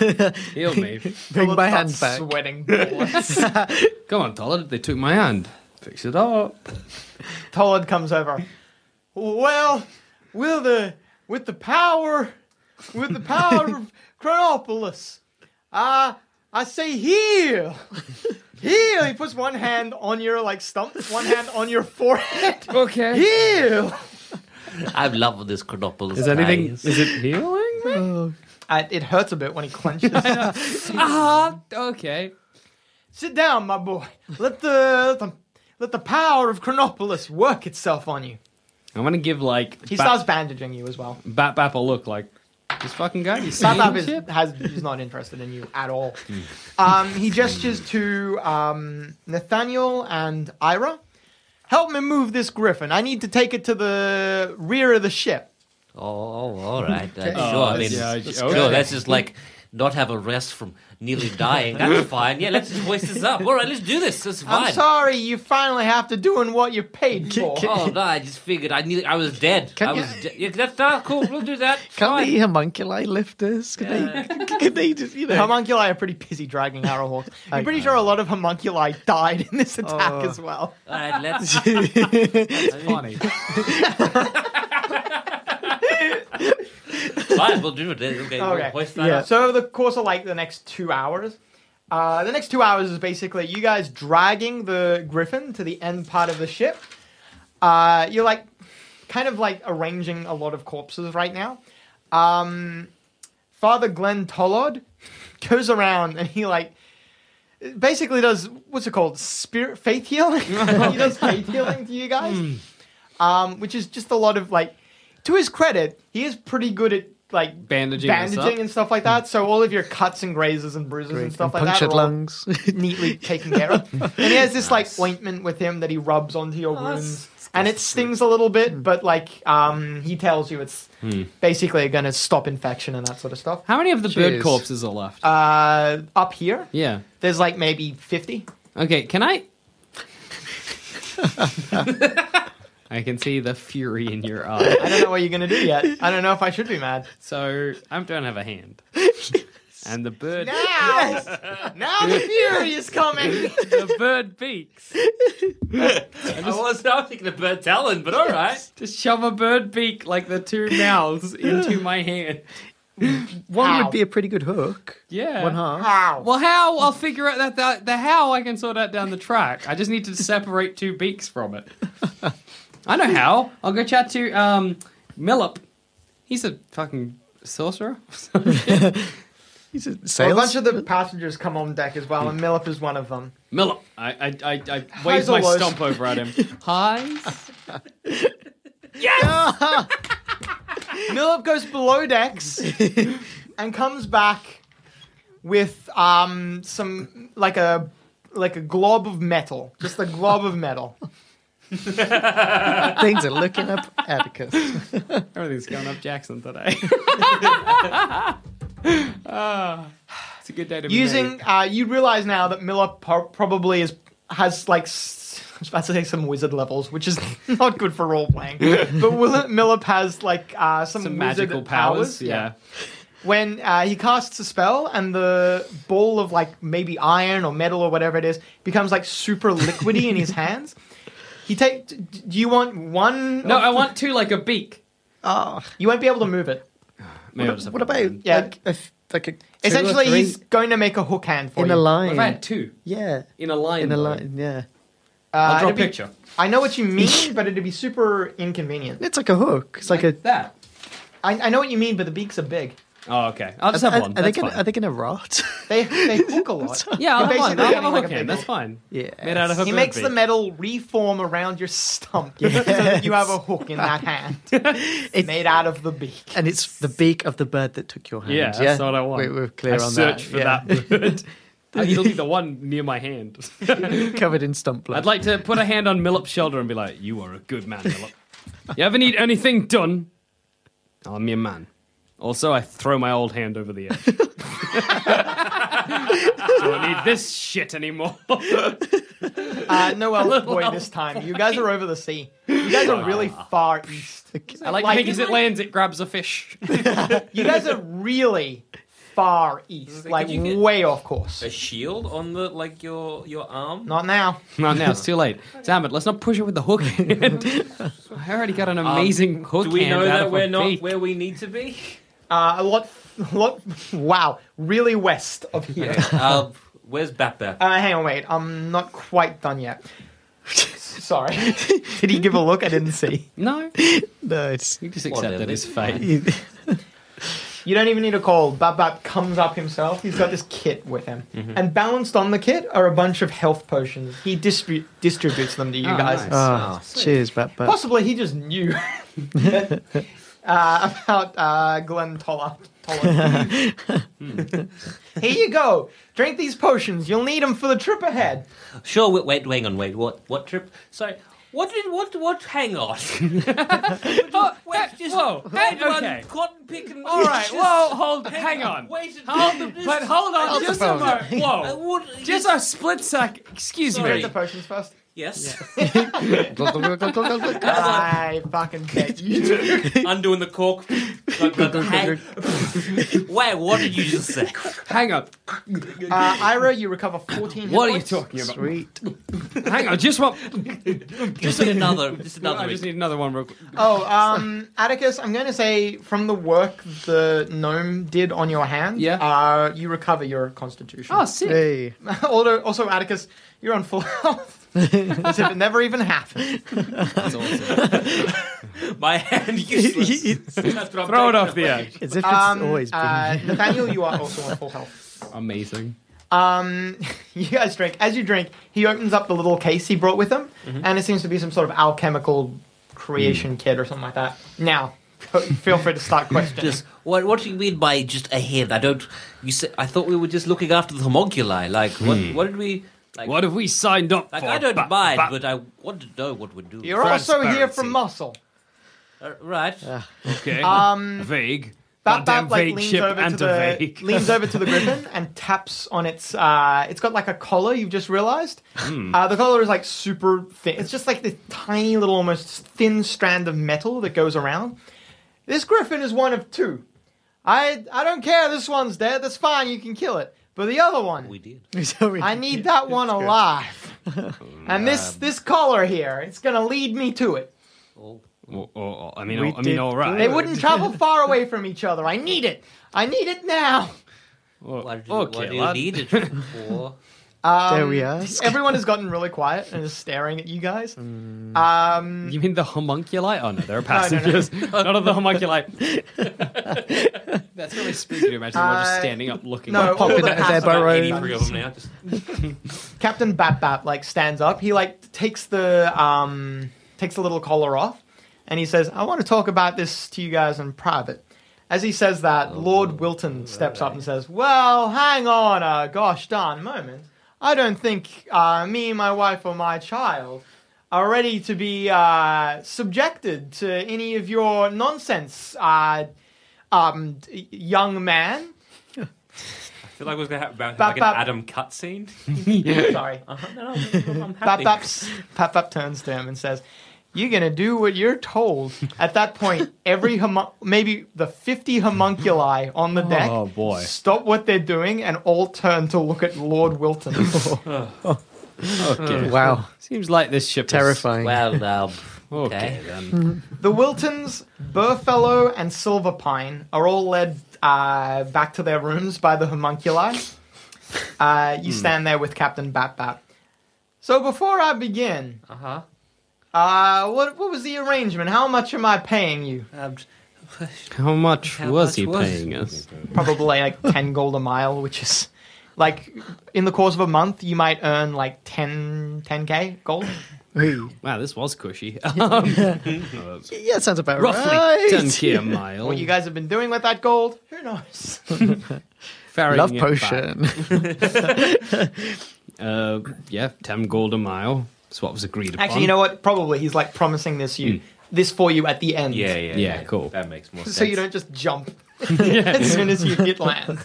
A: Heal me.
D: Bring my hand
E: Starts
D: back.
E: Sweating. bullets.
A: Come on, Tollard. They took my hand. Fix it up.
E: Tollard comes over. Well, will the with the power, with the power of Chronopolis, uh, I say heal, heal. He puts one hand on your like stump, one hand on your forehead.
F: Okay.
E: Heal.
G: I'm loving this Chronopolis.
A: Is anything?
G: guys.
A: Is it healing?
E: Uh, it hurts a bit when he clenches.
F: Ah, okay.
E: Sit down, my boy. Let the, let the let the power of Chronopolis work itself on you.
A: I want to give like
E: He
A: Bat
E: starts bandaging you as well.
A: Bat Bap a look like this fucking guy. You see
E: Sadab is has is not interested in you at all. Um, he gestures to um, Nathaniel and Ira. Help me move this griffin. I need to take it to the rear of the ship.
G: Oh, oh, all right. Uh,
E: Okay.
G: sure. I mean,
A: yeah,
G: let's
A: okay.
G: go. That's just like not have a rest from nearly dying. That's fine. Yeah, let's just hoist this up. All right, let's do this. It's
E: I'm
G: fine.
E: sorry you finally have to doing what you're paid for.
G: Oh no! I just figured I knew I was dead.
D: Can
G: I
D: you-
G: was dead. Yeah, that's not cool. We'll do that.
D: Can
G: Fine.
D: the homunculi lift us? Can they? Can they just? You know.
E: Homunculi are pretty busy dragging Arrowhawks. I'm pretty sure a lot of homunculi died in this attack as well.
G: All right, let's.
F: Funny.
G: fine, we'll do it. then. Okay,
E: Okay.
G: We'll hoist that
D: Yeah.
G: up.
E: So over the course of like the next two hours, uh, the next two hours is basically you guys dragging the griffin to the end part of the ship. Uh, you're like kind of like arranging a lot of corpses right now. Um, Father Glenn Tollard goes around and he like basically does what's it called spirit faith healing. he does faith healing to you guys
G: Hmm.
E: um, which is just a lot of like. To his credit, he is pretty good at like
F: Bandaging us
E: bandaging
F: up.
E: and stuff like that. So all of your cuts and grazes and bruises and stuff like that
D: punctured
E: are all
D: lungs.
E: neatly taken care of. And he has this like ointment with him that he rubs onto your wounds, and it stings a little bit, but like um, he tells you it's
F: Hmm.
E: basically going to stop infection and that sort of stuff.
F: How many of the
D: Jeez.
F: bird corpses are left?
E: Uh, up here,
F: yeah.
E: there's like maybe fifty.
F: Okay, can I? I can see the fury in your eye.
E: I don't know what you're going to do yet. I don't know if I should be mad.
F: So I don't have a hand, and the bird
E: Now, now the fury is coming.
F: the bird beaks.
G: I was not thinking of Bert Allen, but all right.
F: Just shove a bird beak like the two mouths into my hand.
D: One
E: Ow.
D: would be a pretty good hook.
F: Yeah.
D: One half.
E: How?
F: Well, how? I'll figure out that the, the how I can sort out down the track. I just need to separate two beaks from it. I know how. I'll go chat to um, Millip. He's a fucking sorcerer.
D: He's a
E: Well,
D: sales.
E: a bunch of the passengers come on deck as well, and Millip is one of them.
F: Millip. I, I, I, I
E: Highs
F: waved
E: or
F: my
E: lows?
F: stump over at him. Highs.
E: Millip goes below decks and comes back with um some like a like a glob of metal, just a glob of metal.
D: things are looking up Atticus.
F: Everything's going up Jackson today. Ah, it's a good day to be
E: Using
F: me.
E: uh, you realize now that Millip pro- probably is has like s- I was about to say some wizard levels, which is not good for role playing. but Will- Millip has like uh, some,
F: Some
E: wizard
F: magical powers. Yeah.
E: When uh, he casts a spell and the ball of like maybe iron or metal or whatever it is becomes like super liquidy in his hands. He take. d- Do you want one?
F: No,
E: of-
F: I want two like a beak.
D: Oh,
E: You won't be able to move it.
F: Ah. Maybe I'll just have
D: what
F: one.
D: about
E: Yeah.
D: like a, f- like a two or
E: Essentially,
D: three
E: he's going to make a hook hand for
D: in
E: you.
D: a
F: What if I
D: line?
F: had two
D: Yeah,
F: in a line?
D: in a
F: though?
D: line. Yeah,
E: Uh,
F: I'll draw a
E: it'd be-
F: picture.
E: I know what you mean, but it'd be super inconvenient.
D: it's like a hook. It's like a.
F: that.
E: I, I know what you mean, but the beaks are big.
F: Oh, okay. I'll just
D: Are,
F: have
D: are
F: one.
D: they
F: That's
D: gonna
F: fine.
D: are they gonna rot?
E: They they hook a lot.
F: Yeah, I'll
E: You're
F: have one.
E: basically
F: I'll have
E: getting
F: a
E: like
F: hook
E: a
F: hand.
E: big
F: That's fine.
D: yeah,
F: Made out of a
E: He
F: bird
E: makes the
F: beak.
E: metal reform around your stump so that you have a hook in that hand. it's made out of the beak.
D: and it's the beak of the bird that took your hand.
F: Yeah, that's what I want.
D: We, we're clear
F: I
D: on
F: search
D: that.
F: for
D: yeah.
F: that bird. Uh, It'll be the one near my hand.
D: Covered in stump blood.
F: I'd like to put a hand on Millip's shoulder and be like, "You are a good man, Millip. You ever need anything done? "Oh, I'm your man." Also, I throw my old hand over the edge. Don't need this shit anymore.
E: Uh, no elf boy this time. You guys are over the sea. You guys are really far east.
F: I like, to think as it lands, it grabs a fish.
E: You guys are really far east, like
G: you get-
E: way off course.
G: A shield on the like your your arm.
E: Not now.
F: Not now. It's too late. Damn it! Let's not push it with the hook hand. I already got an amazing hook
G: Um, Do we
F: hand
G: know
F: out
G: that
F: of
G: we're
F: a
G: not
F: beak.
G: where we need to be?
E: Uh, a lot, a lot. Wow, really west of here.
G: Uh, where's Bappa?
E: Uh, hang on, wait. I'm not quite done yet. Sorry. Did he give a look? I didn't see.
F: No,
D: no, it's
F: you just accept
G: Whatever.
F: that it's fate.
E: You don't even need a call. Bab Bab comes up himself. He's got this kit with him. And balanced on the kit are a bunch of health potions. He distribu- distributes them to you
F: Oh,
E: guys.
F: nice.
D: oh, cheers, Bat Bat.
E: Possibly he just knew uh, about uh, Glenn Toller. Toller. Here you go. Drink these potions. You'll need them for the trip ahead.
G: Sure. Wait, wait, hang on. Wait. What? What trip? Sorry. What did what what? Hang on.
F: Oh,
G: Wait,
F: that-
G: just
F: whoa,
G: hang
F: that-
G: on.
F: okay.
G: Cotton picking.
F: All right,
G: just-
F: whoa, hold, hang on.
G: Wait. a-
F: Hold the,
G: just-
F: but hold on just a moment.
G: I
F: Whoa.
G: would,
F: Just a split sec. Excuse
G: Sorry.
F: me.
E: The potions first.
G: yes.
E: I fucking bet you do.
G: Undoing the cork. Hang- Wait. What did you just say?
F: Hang on.
E: Uh, Ira, you recover 14 hit
F: What are you
E: points.
F: talking about?
D: Sweet.
F: Hang on, just one.
G: Just another. Just another.
F: I
G: week.
F: just need another one real quick.
E: Oh, um, Atticus, I'm going to say from the work the gnome did on your hand,
F: Yeah.
E: uh, you recover your constitution.
F: Oh, sick.
D: Hey,
E: also, also, Atticus, you're on full health. As if it never even happened.
F: That's awesome.
G: My hand useless. That's what I'm
F: Throw it
G: taking
F: off the edge.
D: as if it's
E: Um,
D: always been.
E: uh, Nathaniel, you are also on full health.
F: Amazing.
E: Um, you guys drink. As you drink, he opens up the little case he brought with him,
D: Mm-hmm.
E: and it seems to be some sort of alchemical
D: Mm.
E: creation kit or something like that. Now, feel free to start questioning.
G: Just what? What do you mean by just a head? I don't. You said I thought we were just looking after the homunculi. Like what? What did we? Like,
F: Hmm. What have we signed up
G: Like
F: for?
G: I don't
F: Ba-
G: mind,
F: ba-
G: but I want to know what we're doing.
E: You're also here for
F: Transparency.
E: muscle.
G: Uh, right.
F: Okay.
E: Um,
F: vague.
E: Bat
F: Goddamn
E: Bat like
F: vague
E: leans
F: ship
E: over to
F: and a
E: the
F: vague.
E: leans over to the griffin and taps on its. Uh, it's got like a collar. You've just realised.
F: Hmm.
E: Uh, the collar is like super thin. It's just like this tiny little, almost thin strand of metal that goes around. This griffin is one of two. I I don't care. This one's dead. That's fine. You can kill it. But the other one,
G: We did.
D: So we-
E: I need that one alive. and this
F: Um,
E: this collar here, it's gonna lead me to it.
F: Oh, oh, oh, I mean,
D: We
F: oh, I
D: did
F: mean, all
E: They
F: right.
E: wouldn't travel far away from each other. I need it. I need it now.
G: What do,
F: Okay,
G: what do you
F: lad.
G: need it for?
E: Um,
D: Dare we ask?
E: Everyone has gotten really quiet and is staring at you guys. Um,
F: You mean the homunculi? Oh no, they're passengers. None of the homunculi. That's really spooky to imagine. We're
E: Uh,
F: just standing up looking.
E: no,
F: like,
E: all
D: Popping
E: the
D: out of their
E: passengers-
D: burrow.
G: Any three of them now. Just,
E: Captain Bat Bat like stands up. He like takes the um, takes the little collar off, and he says, "I want to talk about this to you guys in private." As he says that,
C: Oh,
E: Lord Wilton steps up and says, "Well, hang on a gosh darn moment. I don't think uh, me, my wife, or my child are ready to be uh, subjected to any of your nonsense, uh, um, d- young man."
C: feel like what's going to happen back,
E: Bap,
C: like an
E: bap.
C: Adam cutscene.
E: Sorry.
C: Uh-huh. No, no, I'm- I'm
E: Pap
C: happy.
E: Pap turns to him and says, "You're gonna do what you're told." At that point, every homun- maybe the fifty homunculi on the deck
A: Oh, boy.
E: stop what they're doing and all turn to look at Lord Wilton.
D: Wow,
A: Seems like this ship
D: terrifying.
G: Well, now,
A: Okay,
G: okay.
E: the Wiltons, Burfellow, and Silverpine are all led uh, back to their rooms by the homunculi. Uh,
A: Hmm.
E: you stand there with Captain Bat Bat. So before I begin,
C: Uh-huh.
E: uh, what what was the arrangement? How much am I paying you?
G: Um,
A: Is, how much
G: How
A: was
G: much
A: he
G: was-
A: paying us?
E: probably like 10 gold a mile, which is like in the course of a month, you might earn like 10, 10k gold.
A: Wow, this was cushy. Um,
D: yeah, that sounds about
A: roughly
D: right.
A: 10k a mile.
E: What you guys have been doing with that gold, who knows?
A: Ferrying
D: Love
A: it back.
D: potion.
A: Uh, yeah, 10 gold a mile. That's what was agreed upon.
E: Actually, you know what? Probably he's like promising this you this for you at the end.
C: Hmm. Yeah, yeah,
A: Yeah, cool.
C: That makes more sense.
E: So you don't just jump as soon as you hit land.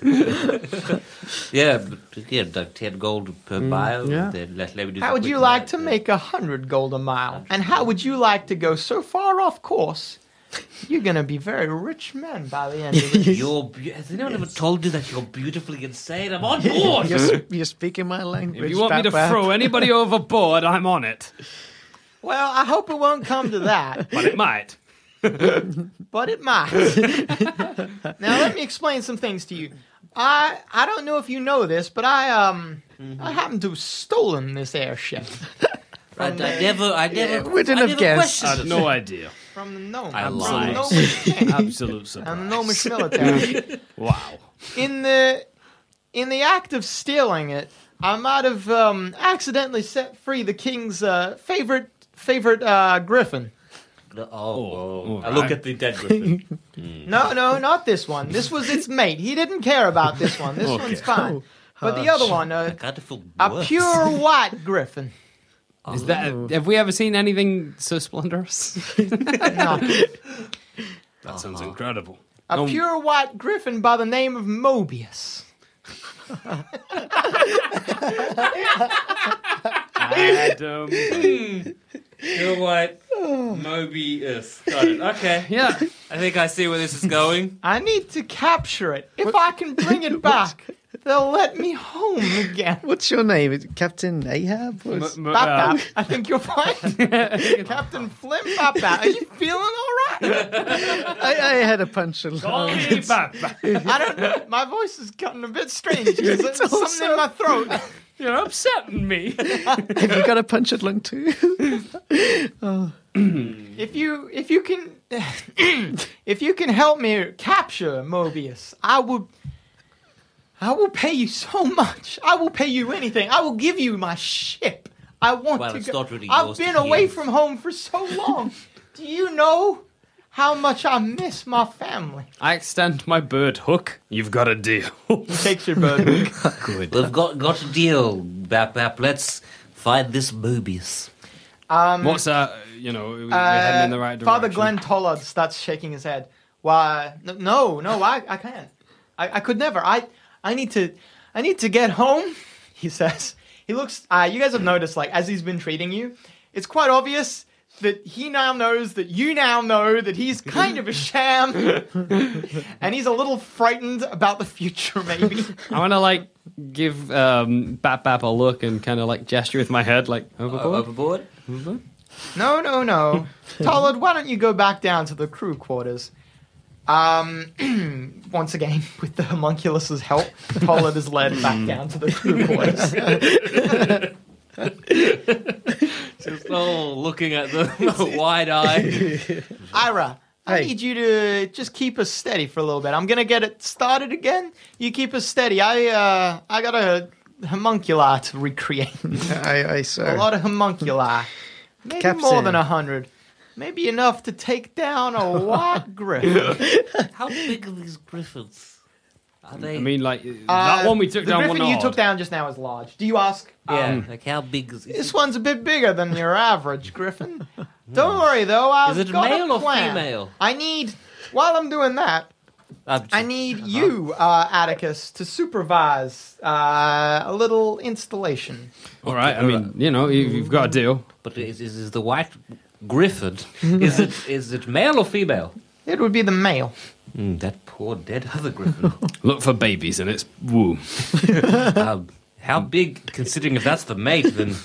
G: yeah, but, yeah, like 10 gold per mile.
A: Mm, yeah.
G: Then let, let me do
E: How
G: the
E: would
G: quick
E: you like
G: math,
E: to
G: yeah.
E: make a hundred gold a mile? And how would you like to go so far off course? You're gonna be very rich men by the end of this.
G: You're be- has anyone ever told you that you're beautifully insane? I'm on board.
D: You're, s- you're speaking my language.
A: if you want me to
D: Bat Bat.
A: throw anybody overboard, I'm on it.
E: well, I hope it won't come to that.
A: But it might.
E: but it might. now let me explain some things to you. I I don't know if you know this, but I um
G: Mm-hmm.
E: I happen to have stolen this airship Oh,
G: I, I never, I never,
D: Yeah, wouldn't
G: I
D: have
G: never
D: guessed.
A: I
G: questioned
A: had
G: it.
A: no idea.
E: from the gnome.
G: I
E: from the
G: lied.
E: gnomish king
A: Absolute
E: and the
A: surprise.
E: gnomish military.
A: Wow.
E: In the in the act of stealing it, I might have um, accidentally set free the king's uh, favorite favorite uh, griffin.
G: Oh, oh.
A: all
C: I look
A: right.
C: at the dead griffin.
E: No, no, not this one. This was its mate. He didn't care about this one. This one's fine. but the other one, uh,
G: God, I feel
E: a
G: worse.
E: pure white griffin.
A: Is that, have we ever seen anything so splendorous?
E: No.
A: That sounds incredible.
E: A
A: No-
E: pure white griffin by the name of Mobius.
A: Adam.
C: you know what? Mobius. Got it. Okay.
A: yeah.
C: I think I see where this is going.
E: I need to capture it. If I can bring it back, they'll let me home again.
D: What's your name? Is it Captain Ahab? Or is-
A: um,
E: Bap bap. uh, I think you're fine. Captain Flynn Bap Bap. Are you feeling all right?
D: I, I had a punch along.
E: I don't. My voice is gotten a bit strange because there's something in my throat.
A: You're upsetting me.
D: Have you got a punch along too?
E: If you if you can if you can help me capture Mobius, I will I will pay you so much. I will pay you anything. I will give you my ship. I want
G: Well,
E: to
G: it's
E: go.
G: not really
E: I've
G: yours
E: been
G: to
E: away
G: give.
E: from home for so long. Do you know how much I miss my family?
A: I extend my bird hook. You've got a deal.
E: Takes your burden.
G: We've got got a deal, Bap Bap. Let's find this Mobius.
A: What's that? You know, we- we're heading
E: Um, Uh,
A: in the right direction.
E: Father Glenn Tollard starts shaking his head. Why? n- No, no, I, I can't. I, I could never. I, I need to, I need to get home. He says. He looks. Uh, you guys have noticed, like as he's been treating you, it's quite obvious that he now knows that you now know that he's kind of a sham, and he's a little frightened about the future. Maybe.
A: I want to like give um, Bap Bap a look and kind of like gesture with my head, like
C: Uh,
A: overboard.
G: Overboard?
E: No, no, no. Tollard, why don't you go back down to the crew quarters? Um, once again, with the homunculus's help, Tollard is led back down to the crew quarters.
G: Just all looking at them wide eyed.
E: Ira, I
D: Hey.
E: need you to just keep us steady for a little bit. I'm gonna get it started again. You keep us steady. I, uh, I got a homunculi to recreate.
D: I, I saw.
E: A lot of homunculi. Maybe more
D: Captain.
E: than a hundred. Maybe enough to take down a white griffin.
G: How big are these griffins? Are they?
A: I mean, like
E: Uh,
A: that one we took
E: the
A: down.
E: griffin
A: one
E: you
A: odd.
E: took down just now is large. Do you ask? Um,
G: yeah, like how big is, is
E: This
G: it?
E: one's a bit bigger than your average griffin. Don't worry though, I've
G: Hmm. Is it
E: got
G: male
E: a
G: or
E: plan.
G: female?
E: I need while I'm doing that,
G: I'm
E: I need you, uh, Atticus, to supervise uh, a little installation.
A: All right. I mean, you know, you- you've got a deal.
G: But is, is, is the white griffin? is it is it male or female?
E: It would be the male.
G: Mm, that poor dead other griffin.
A: Look for babies in its womb.
G: um, how big? Considering if that's the mate, then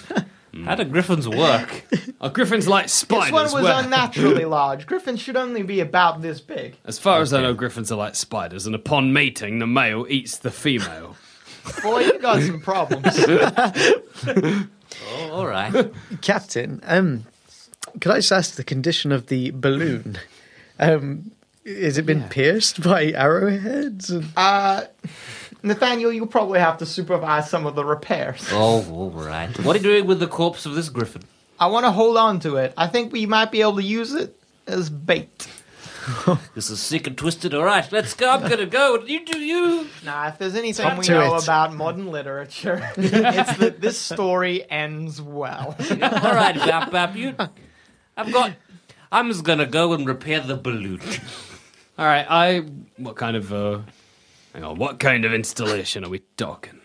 G: how do griffins work?
A: Are griffins like spiders?
E: This one was
A: Well,
E: unnaturally large. Griffins should only be about this big.
A: as far as I know, griffins are like spiders, and upon mating, the male eats the female.
E: Boy, you got some problems.
G: Oh, all right.
D: Captain, um, could I just ask the condition of the balloon? Um, has it been pierced by arrowheads? And
E: Uh, Nathaniel, you'll probably have to supervise some of the repairs.
G: Oh, all right. What are you doing with the corpse of this griffin?
E: I want to hold on to it. I think we might be able to use it as bait.
G: This is sick and twisted. All right, let's go. I'm gonna go. You do you.
E: Nah, if there's anything
D: Up
E: we
D: to
E: know
D: it.
E: about modern literature, it's that this story ends well.
G: All right, Bap Bap. You. I've got. I'm just gonna go and repair the balloon.
A: All right. I. What kind of. Uh, hang on. What kind of installation are we talking?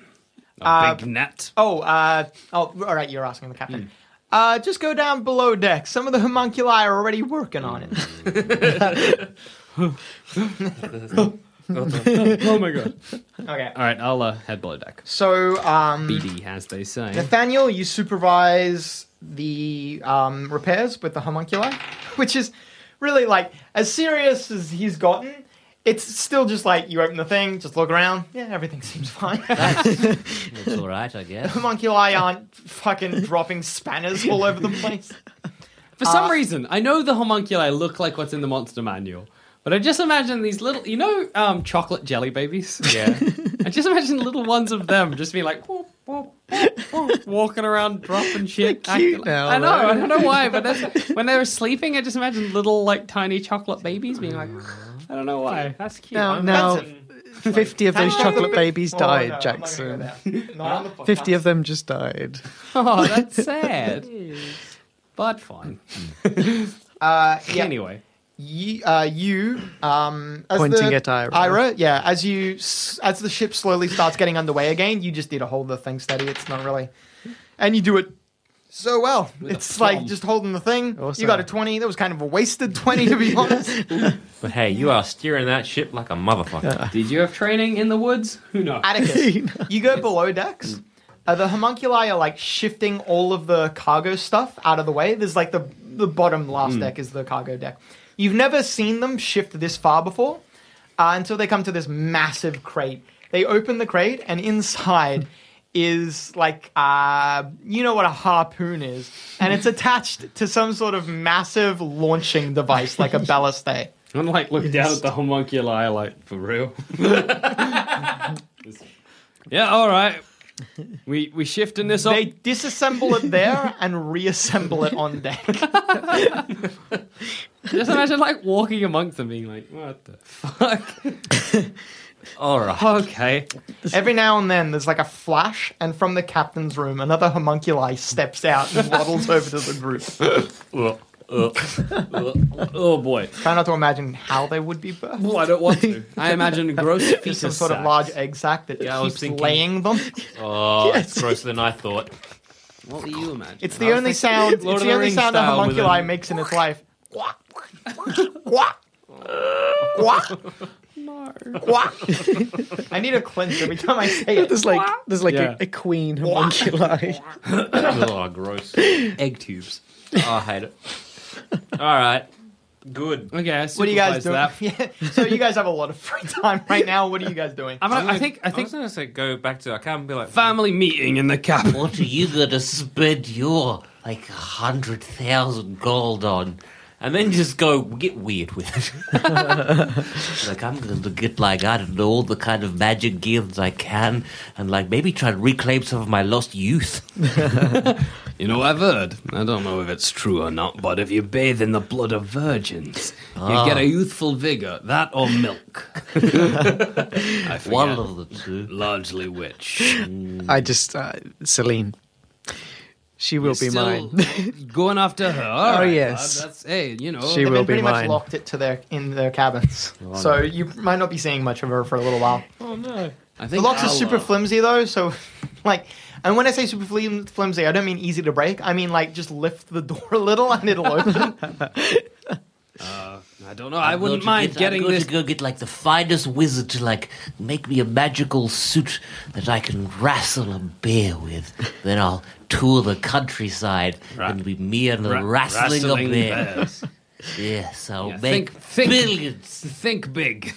A: A
E: Uh,
A: big net.
E: Oh, uh, oh, all right, you're asking the captain. Uh, just go down below deck. Some of the homunculi are already working on it.
A: Oh my god.
E: Okay.
A: All right. I'll uh, head below deck.
E: So, um,
A: BD, as they say.
E: Nathaniel, you supervise the um, repairs with the homunculi, which is really like as serious as he's gotten. It's still just like you open the thing, just look around. Yeah, everything seems fine.
G: It's all right, I guess.
E: homunculi aren't fucking dropping spanners all over the place.
F: For
D: Uh,
F: some reason, I know the homunculi look like what's in the monster manual, but I just imagine these little, you know, um, chocolate jelly babies.
G: Yeah.
F: I just imagine little ones of them just being like, whoop, whoop, whoop, whoop, walking around dropping shit.
D: They're cute
F: I,
D: now,
F: I know.
D: though.
F: I don't know why, but that's, when they were sleeping, I just imagine little like tiny chocolate babies being like, I don't know why. That's cute.
D: No,
F: I'm-
D: no.
E: That's an-
D: 50 of those
E: That's
D: chocolate
E: a-
D: babies
E: Oh,
D: died,
E: no, I'm not gonna
D: Jackson.
E: go there. Not on the podcast.
D: 50 of them just died.
F: Oh, that's sad. but fine.
E: Uh, yeah,
F: Anyway,
E: you, uh, you um, as
D: Pointing
E: the-
D: at Ira.
E: Ira, yeah. As you, s- as the ship slowly starts getting underway again, you just need to hold the thing steady. It's not really, and you do it so well. it's like just holding the thing.
D: Awesome.
E: You got a twenty. That was kind of a wasted twenty, to be honest.
G: But hey, you are steering that ship like a motherfucker.
F: did you have training in the woods? Who knows?
E: Atticus, you go below decks. Uh, the homunculi are like shifting all of the cargo stuff out of the way. There's like the the bottom last deck is the cargo deck. You've never seen them shift this far before uh, until they come to this massive crate. They open the crate and inside is like uh, you know what a harpoon is, and it's attached to some sort of massive launching device like a ballistay.
A: I'm like, look down at the homunculi, like, for real. yeah, all right. We we shifting this up.
E: They disassemble it there and reassemble it on deck.
F: Just imagine like walking amongst them, being like, "What the fuck?"
G: All right.
F: Okay,
E: Every now and then, there's like a flash, and from the captain's room, another homunculi steps out and waddles over to the group.
G: Uh,
A: oh boy,
E: Try not to imagine how they would be birthed.
F: well, I don't want to. I imagine gross fetus.
E: Just some sort of
F: sacs.
E: large egg sac that
G: Yeah, I was
E: keeps
G: thinking-
E: laying them.
G: Oh, it's grosser than I thought.
F: What do you imagine?
E: It's the only sound. It's
G: Lord of
E: the
G: the
E: only
G: Rings
E: sound a
G: style with
E: homunculi
G: a-
E: makes in its life. Quack, quack, quack, quack. I need a clinch every time I say it.
D: There's like there's like
A: Yeah.
D: a, a queen homunculi.
G: oh, gross. Egg tubes. Oh, I hate it. All right. Good.
F: okay. I
E: What are you guys doing?
F: That.
E: Yeah. So you guys have a lot of free time right now. What are you guys doing?
F: I'm gonna, I think. I
G: I was
F: think
G: going to say go back to. I can't be like.
A: family meeting in the cabin.
G: What are you going to spend your like a hundred thousand gold on? And then just go get weird with it. like I'm going to get like I don't know all the kind of magic gear that I can, and like maybe try to reclaim some of my lost youth.
A: You know, I've heard. I don't know if it's true or not, but if you bathe in the blood of virgins, you
F: Ah.
A: get a youthful vigor. That or milk. I forget.
G: One of the two.
A: Largely which.
D: I just, uh, Celine. She will be
A: Still
D: mine. Oh,
A: going after her. All right,
D: yes.
A: lad, that's hey, you know.
D: She
E: They've
D: will
E: been
D: be
E: pretty much
D: mine.
E: locked it to their in their cabins,
G: Oh,
E: so you might not be seeing much of her for a little while.
A: I
E: The
A: think
E: locks are
A: I'll,
E: super
A: uh,
E: flimsy though, so like, and when I say super flim- flimsy, I don't mean easy to break. I mean like just lift the door a little and it'll open.
A: uh, I don't know. I
G: I'm
A: wouldn't
G: going to
A: mind
G: get,
A: getting
G: I'm going
A: this.
G: to go get like the finest wizard to like make me a magical suit that I can wrestle a bear with. then I'll tour the countryside and it'll be me and
A: ra-
G: the wrestling,
A: wrestling
G: a bear.
A: bears.
G: Yes, I'll
A: Yeah,
G: make
A: think- think-
G: billions.
A: Think big.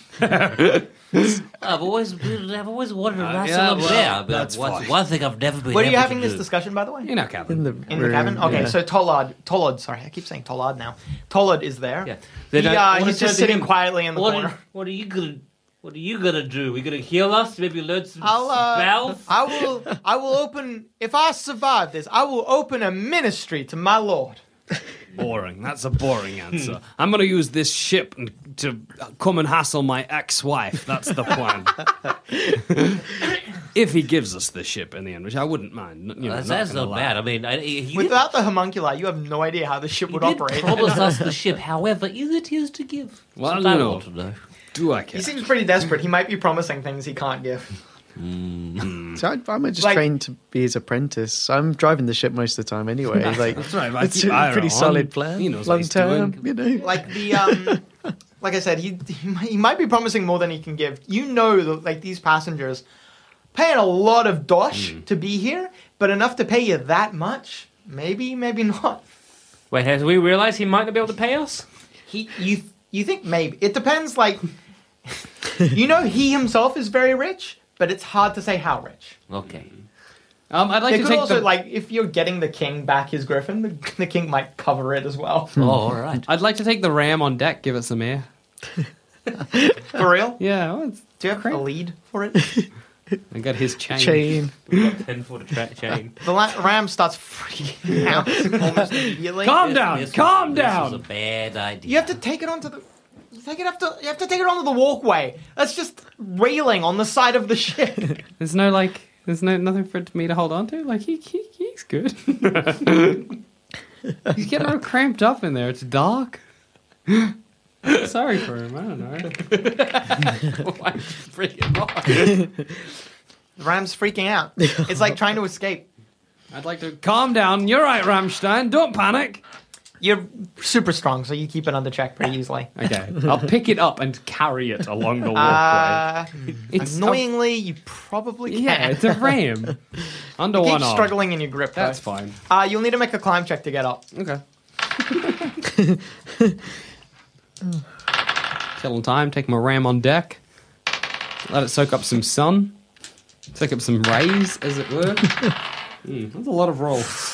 G: I've always been, I've always wanted to
A: Uh,
G: wrestle
A: yeah,
G: a
A: well,
G: bear, but
A: that's
G: one,
A: fine.
G: one thing I've never been.
E: Where are you
G: able
E: having
G: to
E: this
G: do.
E: discussion, by the way?
A: You know, Captain.
D: in the,
E: In
D: room,
E: the cabin? Okay,
D: yeah.
E: so Tollard, Tollard, sorry, I keep saying Tollard now. Tollard is there.
G: Yeah.
E: He,
G: Then I
E: uh,
G: wanna
E: he's just
G: turn to
E: sitting
G: him.
E: quietly in the
G: What
E: corner.
G: are, what are you gonna? What are you gonna do? We gonna heal us? Maybe learn some
E: I'll, uh,
G: spells?
E: I will, I will open. If I survive this, I will open a ministry to my Lord.
A: Boring. That's a boring answer. I'm going to use this ship and, to come and hassle my ex-wife. That's the plan. if he gives us the ship in the end, which I wouldn't mind. You know,
G: that's
A: not
G: that's
A: gonna
G: not
A: lie.
G: bad. I mean, I, he did-
E: Without the homunculi, you have no idea how the ship
G: He
E: would
G: did
E: operate.
G: promise us the ship. However, is it his to give?
A: Well,
G: That's
A: you
G: what I
A: know.
G: want to know.
A: Do I
E: He
A: care?
E: seems pretty desperate. He might be promising things he can't give.
D: So I, I'm just
E: Like-
D: trained to be his apprentice. I'm driving the ship most of the time anyway. like
A: That's right. if I
D: it's
A: keep
D: a
A: eye
D: pretty
A: on,
D: solid plan.
A: He knows what
D: Long
A: he's
D: term,
A: doing.
D: you know.
E: Like the, um, like I said, he he might, he might be promising more than he can give. You know, that, like these passengers paying a lot of dosh to be here, but enough to pay you that much. Maybe, maybe not.
C: Wait, has we realised he might not be able to pay us?
E: He, you, you think maybe it depends. Like, you know, he himself is very rich, but it's hard to say how rich.
G: Okay.
F: Um, I'd like
E: They
F: to
E: could
F: take
E: also
F: the,
E: like if you're getting the king back his griffin, the, the king might cover it as well.
F: Hmm.
G: Oh, all right.
F: I'd like to take the ram on deck. Give it some air.
E: For real?
F: Yeah, well, it's-
E: Do you have a lead for it?
F: I got his chain.
D: Chain.
C: Ten foot attract chain.
E: The la- ram starts freaking out almost immediately.
F: Calm down,
G: This was-
F: calm
G: This was
F: down.
G: a bad idea.
E: You have to take it onto the. you Take it up to, you have to take it onto the walkway. That's just railing on the side of the ship.
F: There's no like. There's no nothing for me to hold on to. Like he, he he's good. he's getting all cramped up in there. It's dark. Sorry for him. I don't know.
E: The ram's freaking out. It's like trying to escape.
F: I'd like to calm down. You're right, Ramstein. Don't panic.
E: You're super strong, so you keep it under check pretty easily.
F: Okay, I'll pick it up and carry it along the walkway.
E: Uh,
F: Ah. it's
E: annoyingly, you probably
F: a-
E: can.
F: yeah, it's a ram under
E: Keep
F: one arm.
E: struggling in your grip. though.
F: That's fine.
E: Uh, you'll need to make a climb check to get up.
F: Okay. Killing time. Take my ram on deck. Let it soak up some sun. Soak up some rays, as it were. Mm, that's a lot of rolls.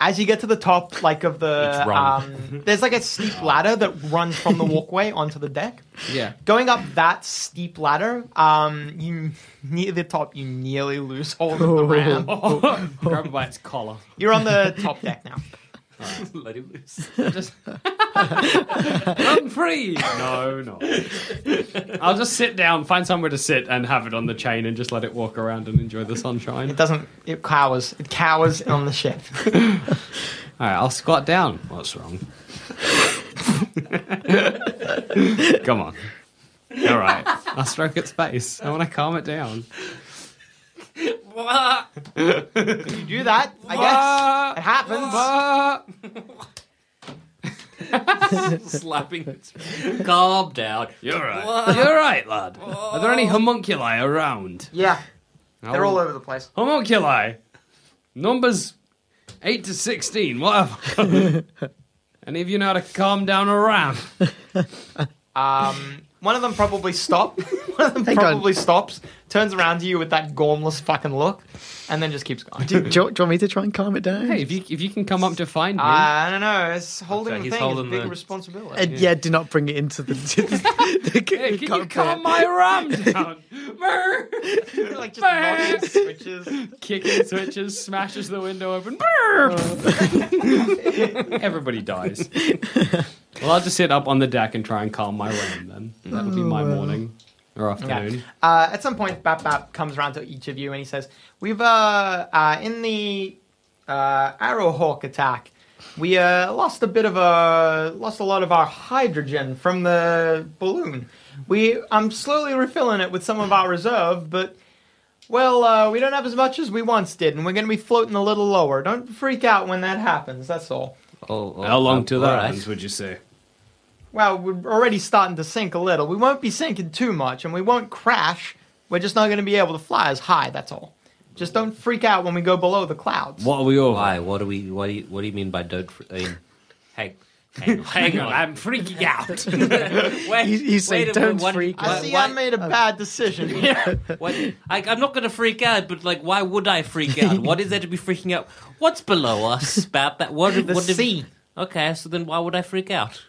E: As you get to the top, like of the,
G: It's wrong.
E: um, there's like a steep ladder that runs from the walkway onto the deck.
F: Yeah.
E: Going up that steep ladder, um, you near the top, you nearly lose hold of
D: Oh.
E: the ram.
F: Oh. Grab it by its collar.
E: You're on the top deck now.
G: Let him loose.
F: Just I'm free. No, no. I'll just sit down, find somewhere to sit, and have it on the chain, and just let it walk around and enjoy the sunshine.
E: It doesn't. It cowers. It cowers on the ship.
F: All right, I'll squat down. What's wrong? Come on. All right, I'll stroke its face. I want to calm it down.
E: You do that, I guess. It happens.
G: slapping its Calm down.
A: You're right. You're right, lad. Are there any homunculi around?
E: Yeah, they're
A: Oh.
E: all over the place.
A: Homunculi. Numbers eight to sixteen. Whatever. Any of you know how to calm down a ram?
E: Um, one of them probably stop. one of them
D: Hang on.
E: probably stops, turns around to you with that gormless fucking look, and then just keeps going.
D: Do, do, you, do you want me to try and calm it down?
F: Hey, if you if you can come up to find me,
E: I don't know. It's holding
G: Okay,
E: the
G: he's
E: thing.
G: holding
E: it's a big
G: the-
E: responsibility.
D: and Uh, yeah, do not bring it into the. to the- the
F: hey, can you
D: cockpit.
F: calm my ram down? Brr.
E: like just nodding switches.
F: Kicking switches, smashes the window open. Brr. Everybody dies. Well, I'll just sit up on the deck and try and calm my ram. Then that'll be my
E: Mm.
F: morning or afternoon.
E: Uh, at some point, Bap Bap comes around to each of you and he says, "We've uh, uh, in the uh, arrow hawk attack, we uh, lost a bit of a lost a lot of our hydrogen from the balloon. We I'm slowly refilling it with some of our reserve, but well, uh, we don't have as much as we once did, and we're going to be floating a little lower. Don't freak out when that happens. That's all.
G: Oh, oh,
A: How
E: um,
A: long till that
G: alright.
A: ends, would you say?
E: Well, we're already starting to sink a little. We won't be sinking too much, and we won't crash. We're just not going to be able to fly as high. That's all. Just don't freak out when we go below the clouds.
A: What are we over?
G: Why? What do we? What do you? What do you mean by don't? fr- I mean, hang, hang on.
F: Hang on, I'm freaking out.
G: Wait,
D: You- you say
G: wait a minute,
D: don't
G: what-
D: freak
G: why-
E: I see.
G: why- Uh,
E: I made a bad decision here.
G: What, I, I'm not going to freak out, but like, why would I freak out? What is there to be freaking out? What's below us, Bap? That what?
E: The
G: what if-
E: sea.
G: okay, so then why would I freak out?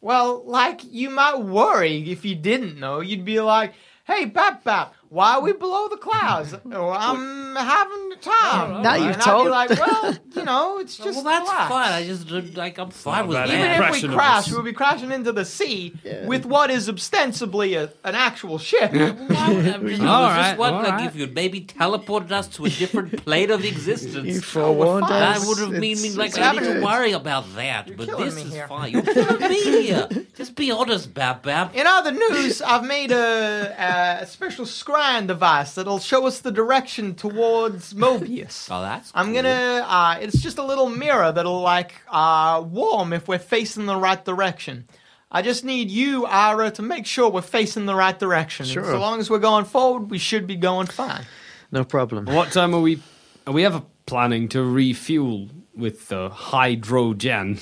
E: Well, like you might worry if you didn't know. You'd be like, "Hey, Bap Bap, why are we below the clouds? Oh, I'm having a time."
D: Now you've
E: and I'd
D: told-
E: be like, "Well, you know, it's just
G: well, that's
E: relax.
G: fine. I just don't- like I'm fine with
A: bad
G: that.
A: idea.
E: Even if
A: Impression
E: we
A: of
E: crash,
A: us.
E: we'll be crashing into the sea with what is ostensibly a, an actual ship.
G: Why would- I'm just,
F: All
G: I was just
F: right,
G: wondering,
F: all
G: like,
F: right.
G: if you'd maybe teleported us to a different plane of existence.
D: You forewarned
E: fine.
G: That
D: us.
G: would have mean,
D: It's-
G: like
D: it's
G: I need to
D: good.
G: worry about that, but
E: killing
G: this
E: me
G: is
E: here.
G: fine. You're killing me here. Just be honest, Bab Bab.
E: In other news, I've made a, a special scrying device that'll show us the direction towards Mobius.
G: Oh, that's.
E: I'm
G: cool.
E: gonna. Uh, it's just a little mirror that'll like uh, warm if we're facing the right direction. I just need you, Ira, to make sure we're facing the right direction. And
D: Sure.
E: So long as we're going forward, we should be going fine.
D: No problem.
A: What time are we? Are we ever planning to refuel with the hydrogen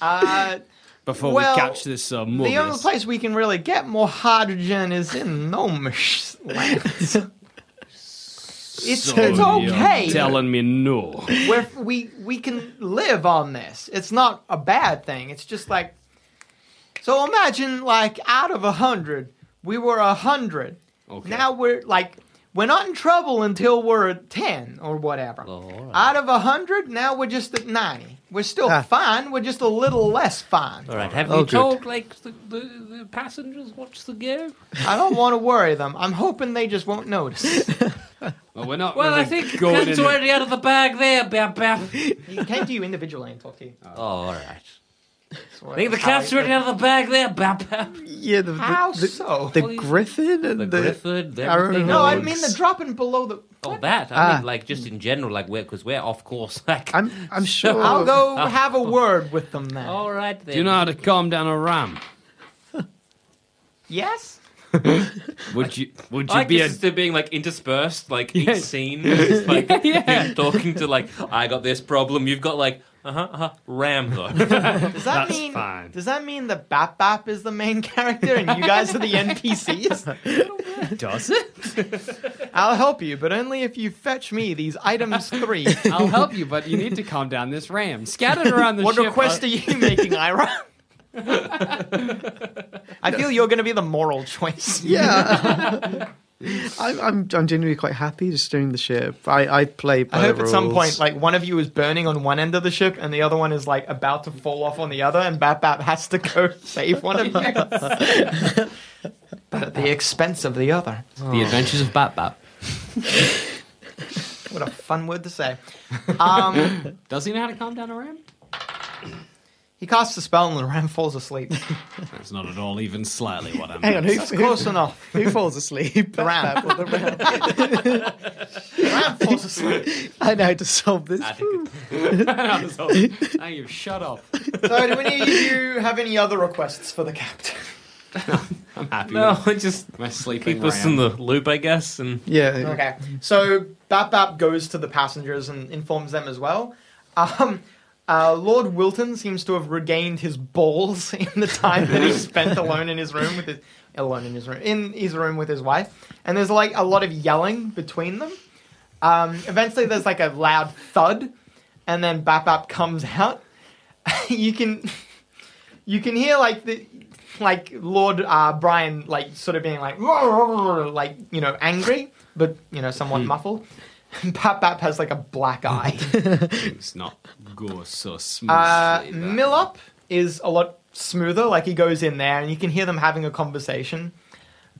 E: Uh,
A: before
E: Well,
A: we catch this uh,
E: the only
A: mummies?
E: place we can really get more hydrogen is in gnomish lands. It's,
A: So
E: it's
A: you're
E: okay.
A: uh, Telling me no.
E: We're, we we can live on this. It's not a bad thing. It's just like so. Imagine like out of a hundred, we were a hundred.
A: Okay.
E: Now we're like we're not in trouble until we're at ten or whatever.
G: Oh,
E: Out of a hundred, now we're just at ninety. We're still
D: Ah.
E: fine. We're just a little less fine.
G: All right. Have
D: Oh,
G: you
D: good.
G: told like the, the, the passengers what's the go?
E: I don't want to worry them. I'm hoping they just won't notice.
A: Well, we're not.
G: Well,
A: really
G: I think
A: going
G: that's
A: in-
G: already out of the bag there, Bab Bab.
E: You came to you individually and talk to you.
G: Oh, all right.
E: That's what
G: I think the
E: how
G: cat's
E: it-
G: already out of the bag there, Bab Bab.
D: Yeah, the,
E: How
D: the,
E: so?
D: the, the griffin and
G: The
D: the,
G: griffin, the
D: arrow
G: everything.
E: no, I
D: dogs.
E: mean the dropping below the.
G: Oh, that. I
D: Ah.
G: mean, like just in general, like we're because we're off course. Like,
D: I'm I'm sure.
E: I'll go have a word with them then.
G: all right then.
A: Do you know how to calm down a ram?
E: Yes?
A: Would you? Would
G: I
A: you
G: like
A: be
G: this
A: a?
G: is they're being like interspersed, like each scene, is just, like him talking to like I got this problem, you've got like uh huh uh-huh, Ram though.
E: Does that
A: That's
E: mean
A: fine.
E: does that mean that Bap Bap is the main character and you guys are the NPCs?
A: Does it?
E: I'll help you, but only if you fetch me these items three.
F: I'll help you, but you need to calm down this ram. Scattered around the
E: what
F: ship.
E: request are you making, Ira? I feel you're going to be the moral choice.
D: Yeah. I'm, I'm I'm genuinely quite happy just steering the ship. I, I play. By
E: I
D: the
E: hope at some
D: rules.
E: point, like one of you is burning on one end of the ship, and the other one is like about to fall off on the other, and Bap Bap has to go save one of you. but at the expense of the other.
F: uh,
A: The Adventures of Bat Bat.
E: What a fun word to say. Um,
F: Does he know how to calm down a ram?
E: he casts a spell and the ram falls asleep.
A: That's not at all even slightly what I'm.
D: hang on, who,
E: That's close
D: who,
E: enough.
D: who falls asleep?
E: The ram.
D: Or the ram.
E: The ram falls asleep.
D: I know how to solve this.
F: now you shut up.
E: So, do any of you have any other requests for the captain?
A: I'm happy
G: no, just
A: with my sleeping
G: keep
A: ram.
G: us in the loop, I guess. And
D: Yeah.
E: Okay. So, Bap Bap goes to the passengers and informs them as well. Um, uh, Lord Wilton seems to have regained his balls in the time that he spent alone in his room with his alone in his room in his room with his wife. And there's like a lot of yelling between them. Um, eventually, there's like a loud thud, and then Bap Bap comes out. you can you can hear like the like Lord uh, Brian like sort of being like "Roar, roar, roar," like you know angry, but you know somewhat muffled. And Bap Bap has like a black eye.
A: Things not go so smoothly.
E: Uh,
A: that-
E: Millop is a lot smoother. Like he goes in there and you can hear them having a conversation.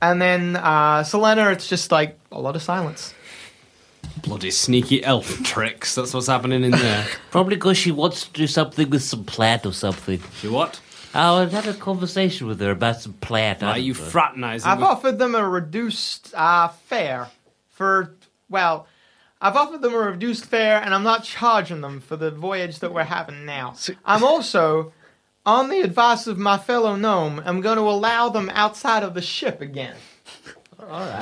E: And then uh, Selena, it's just like a lot of silence.
A: Bloody sneaky elf tricks. That's what's happening in there.
G: Probably because she wants to do something with some plant or something.
A: you what?
G: Oh, I had a conversation with her about some plant. I
A: Why are
G: don't
A: you
G: know.
A: fraternizing?
E: I've
A: with-
E: offered them a reduced uh, fare for well, I've offered them a reduced fare, and I'm not charging them for the voyage that we're having now. I'm also, on the advice of my fellow gnome, I'm going to allow them outside of the ship again.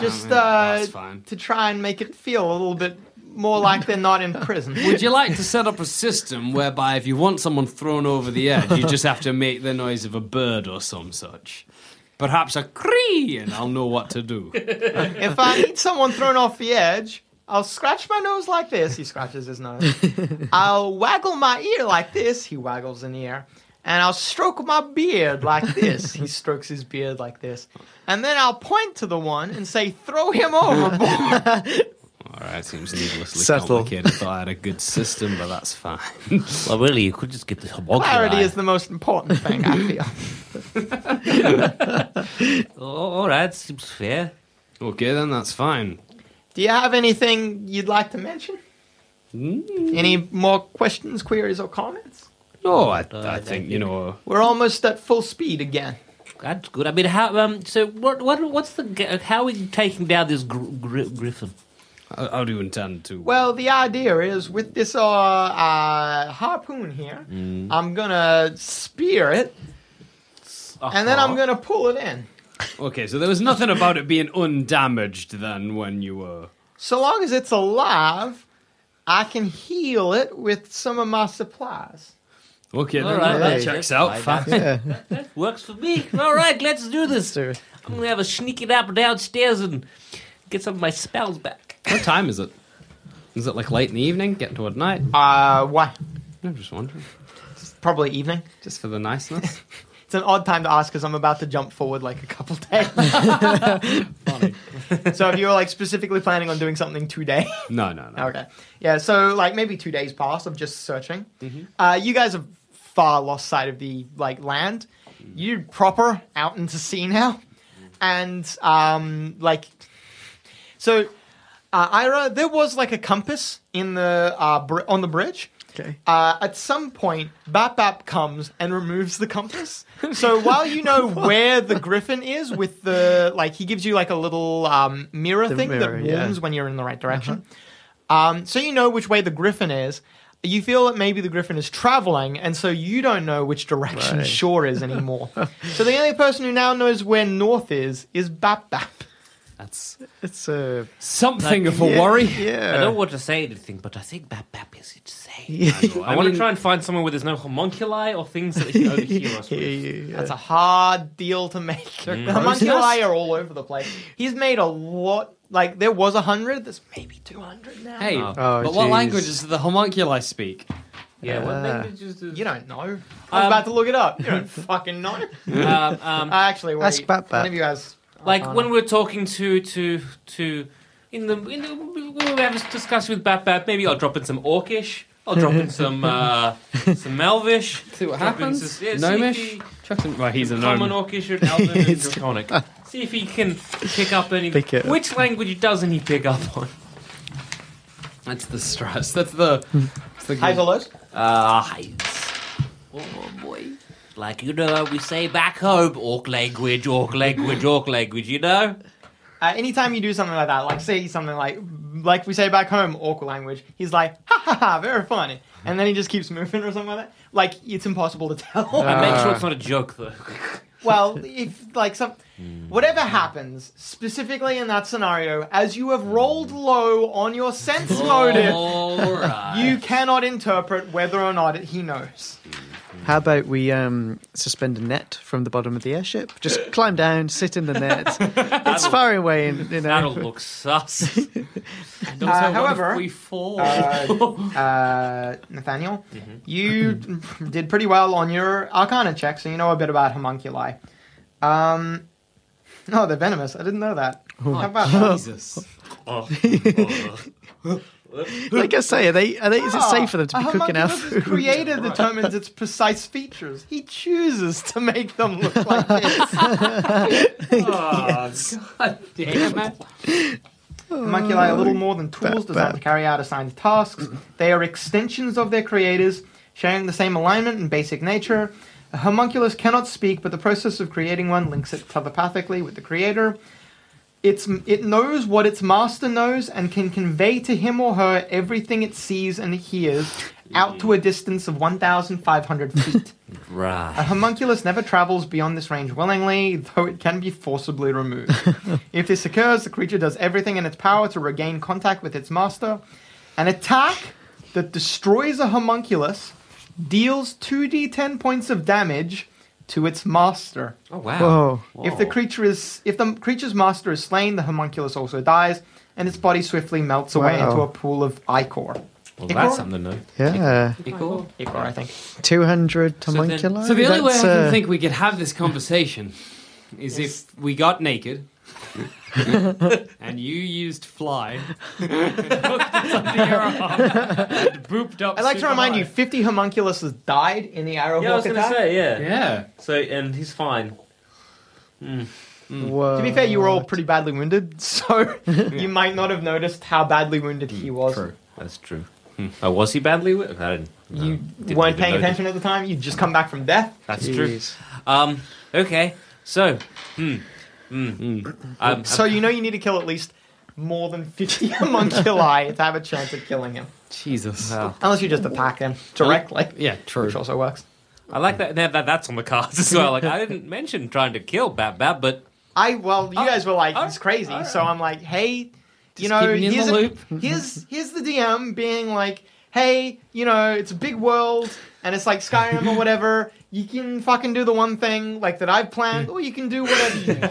E: Just uh,
A: that's fine.
E: to try and make it feel a little bit more like they're not in prison.
A: Would you like to set up a system whereby if you want someone thrown over the edge, you just have to make the noise of a bird or some such? Perhaps a cree, and I'll know what to do.
E: if I need someone thrown off the edge, I'll scratch my nose like this. He scratches his nose. I'll waggle my ear like this. He waggles an ear. And I'll stroke my beard like this. He strokes his beard like this. And then I'll point to the one and say, throw him overboard.
A: All right, seems needlessly
D: Settle.
A: complicated. Thought I had a good system, but that's fine.
G: Well, really, you could just get the homunculi.
E: Clarity is the most important thing, I feel.
G: Oh, all right, seems fair.
A: okay, then that's fine.
E: Do you have anything you'd like to mention? Any more questions, queries, or comments?
A: Mm, No,
G: Uh,
A: I, I think you know.
E: We're almost at full speed again.
G: That's good. I mean, how? Um, so, what? What? What's the? g- uh, How are we taking down this gr- gr- griffin?
A: How, how do you intend to?
E: Well, the idea is with this uh, uh, harpoon here, I'm gonna spear it,
C: Uh-huh.
E: and then I'm gonna pull it in.
A: okay, so there was nothing about it being undamaged then when you were.
E: So long as it's alive, I can heal it with some of my supplies.
A: Okay, then
G: All right,
A: that
D: hey,
A: checks out. Fine.
D: Yeah.
G: Works for me. All right, let's do this.
D: So,
G: I'm gonna have a sneaking up downstairs and get some of my spells back.
A: What time is it? Is it like late in the evening, getting toward night?
E: Uh, why?
A: I'm just wondering,
E: Probably evening.
A: just for the niceness.
E: It's an odd time to ask because I'm about to jump forward like a couple days. so if you were like specifically planning on doing something today.
A: No, no, no.
E: Okay. Yeah, so like maybe two days past of just searching.
A: Mm-hmm.
E: Uh, you guys have far lost sight of the like land.
A: Mm.
E: You're proper out into sea now. And um, like so uh, Ira, there was like a compass in the uh, br- on the bridge.
D: okay.
E: Uh, at some point, Bap Bap comes and removes the compass. So while you know where the griffin is with the, like, he gives you like a little um, mirror
D: The
E: thing
D: mirror,
E: that
D: yeah. Uh-huh.
E: warns when you're in the right direction. Um, so you know which way the griffin is. You feel that maybe the griffin is traveling, and so you don't know which direction
D: Right.
E: shore is anymore. so the only person who now knows where north is is Bap Bap.
A: That's
D: It's a
A: something of a
D: yeah,
A: worry.
G: I
D: Yeah.
G: don't want to say anything, but I think Bap Bap is insane.
C: I, want to try and find somewhere where there's no homunculi or things that they can overhear us
D: Yeah,
C: with.
D: yeah, yeah.
E: That's a hard deal to make. The homunculi are all over the place. He's made a lot. Like there was a hundred. There's maybe two hundred now.
A: Hey,
D: Oh,
A: but what
D: jeez.
A: languages do the homunculi speak?
C: Yeah, what
D: Uh.
C: languages do-
E: You don't know. I'm about to look it up. You don't fucking know.
G: um, um,
E: Actually, wait,
D: Ask Bat Bat.
E: One of you guys.
G: like
E: Oh,
G: when
E: no.
G: we were talking to to to in the in the we were having a discussion with Bat Bat. Maybe I'll drop in some Orcish. I'll drop in some uh, some Melvish.
A: See what
G: Drop in
A: happens.
G: some- yeah, see if
A: Gnomish.
G: he-
A: Chuck some. Well, he's a
G: Common
A: gnome.
G: Orcish or Elven and Draconic. See if he can pick up any.
D: Pick it up.
G: Which language doesn't he pick up on?
A: That's the stress. That's the. That's the
E: Highs or lows?
G: Uh, Heinz. Oh boy. Like you know, we say back home, orc language, orc language, orc language. You know.
E: Uh, anytime you do something like that, like say something like, like we say back home, awkward language, he's like, ha ha ha, very funny. And then he just keeps moving or something like that. Like, it's impossible to tell.
D: Uh,
G: I make sure it's not a joke though.
E: Well, if like some whatever happens specifically in that scenario, as you have rolled low on your sense
D: Oh,
E: motive,
G: All right.
E: you cannot interpret whether or not he knows.
D: How about we um, suspend a net from the bottom of the airship? Just climb down, sit in the net. it's far away, and you know.
G: That'll look sus.
E: Uh, however,
A: We fall.
E: uh, uh, Nathaniel,
D: Mm-hmm.
E: you did pretty well on your Arcana check, so you know a bit about homunculi. Um, no, they're venomous. I didn't know that.
D: Oh,
E: How about that?
A: Jesus.
D: like I say, are they? Are they? Is it
E: Ah,
D: safe for them to be
E: a
D: cooking our
E: homunculus'
D: food?
E: creator determines its precise features. He chooses to make them look like this.
A: God damn it.
E: Homunculi are little more than
D: Bap,
E: tools designed
D: bap.
E: to carry out assigned tasks. They are extensions of their creators, sharing the same alignment and basic nature. A homunculus cannot speak, but the process of creating one links it telepathically with the creator. It's, it knows what its master knows and can convey to him or her everything it sees and hears out to a distance of 1,500 feet.
G: Right.
E: A homunculus never travels beyond this range willingly, though it can be forcibly removed. if this occurs, the creature does everything in its power to regain contact with its master. An attack that destroys a homunculus deals 2d10 points of damage to its master.
G: Oh wow.
D: Whoa.
E: If the creature is if the creature's master is slain, the homunculus also dies, and its body swiftly melts away
D: Wow.
E: into a pool of ichor.
G: Well,
E: Ichor?
G: that's something new.
D: Yeah.
G: Ichor.
E: Ichor, I think.
D: 200
G: then-
D: homunculi?
F: So the only way I
D: That's,
F: can
D: uh,
F: think we could have this conversation is if we got naked and you used fly and hooked us under your arm and booped up.
E: I'd like to
F: super
E: remind
F: high.
E: you, 50 homunculuses died in the Arrowhawk
C: Yeah, I was going to
E: attack.
C: say, yeah.
F: Yeah.
C: So, and he's fine.
D: Whoa.
E: To be fair, you were all pretty badly wounded, so you might not have noticed how badly wounded he was.
G: That's Mm, true. Oh, was he badly? Wi- I didn't. no,
E: You
G: didn't
E: weren't
G: even
E: paying
G: notice.
E: attention at the time. You'd just come back from death.
G: That's true.
D: Jeez.
G: Um. Okay. So. Hmm. Hmm. Um,
E: So you know you need to kill at least more than 50 homunculi to have a chance of killing him.
F: Jesus.
G: Wow.
E: Unless you just attack him directly,
F: Yeah, true.
E: which also works.
G: I like that, that, that. That's on the cards as well. Like I didn't mention trying to kill Bat Bat, but
E: I, well,
F: Oh,
E: you guys were like,
G: all
E: he's
G: right,
E: crazy,
G: all right.
E: so I'm like, hey,
F: Just
E: you know,
F: keeping you in
E: here's,
F: the
E: a-
F: loop.
E: here's, here's the DM being like, hey, you know, it's a big world and it's like Skyrim or whatever. You can fucking do the one thing like that I've planned, or you can do whatever you want.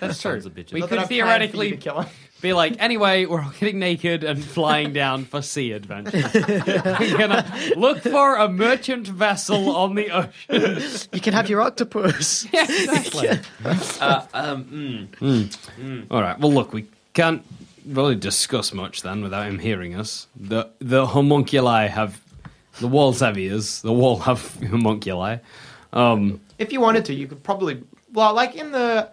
F: That's true.
G: Sons of bitches.
F: Hmm. We
E: Not
F: could
E: that I've planned for you
F: theoretically
E: to kill him.
F: be like, anyway, we're all getting naked and flying down for sea adventure. We're gonna look for a merchant vessel on the ocean.
D: You can have your octopus.
F: Yeah, exactly.
G: uh, um, mm,
A: All right. Well, look, we can't really discuss much then without him hearing us. The the homunculi have the walls have ears. The wall have homunculi. Um,
E: If you wanted to, you could probably well, like in the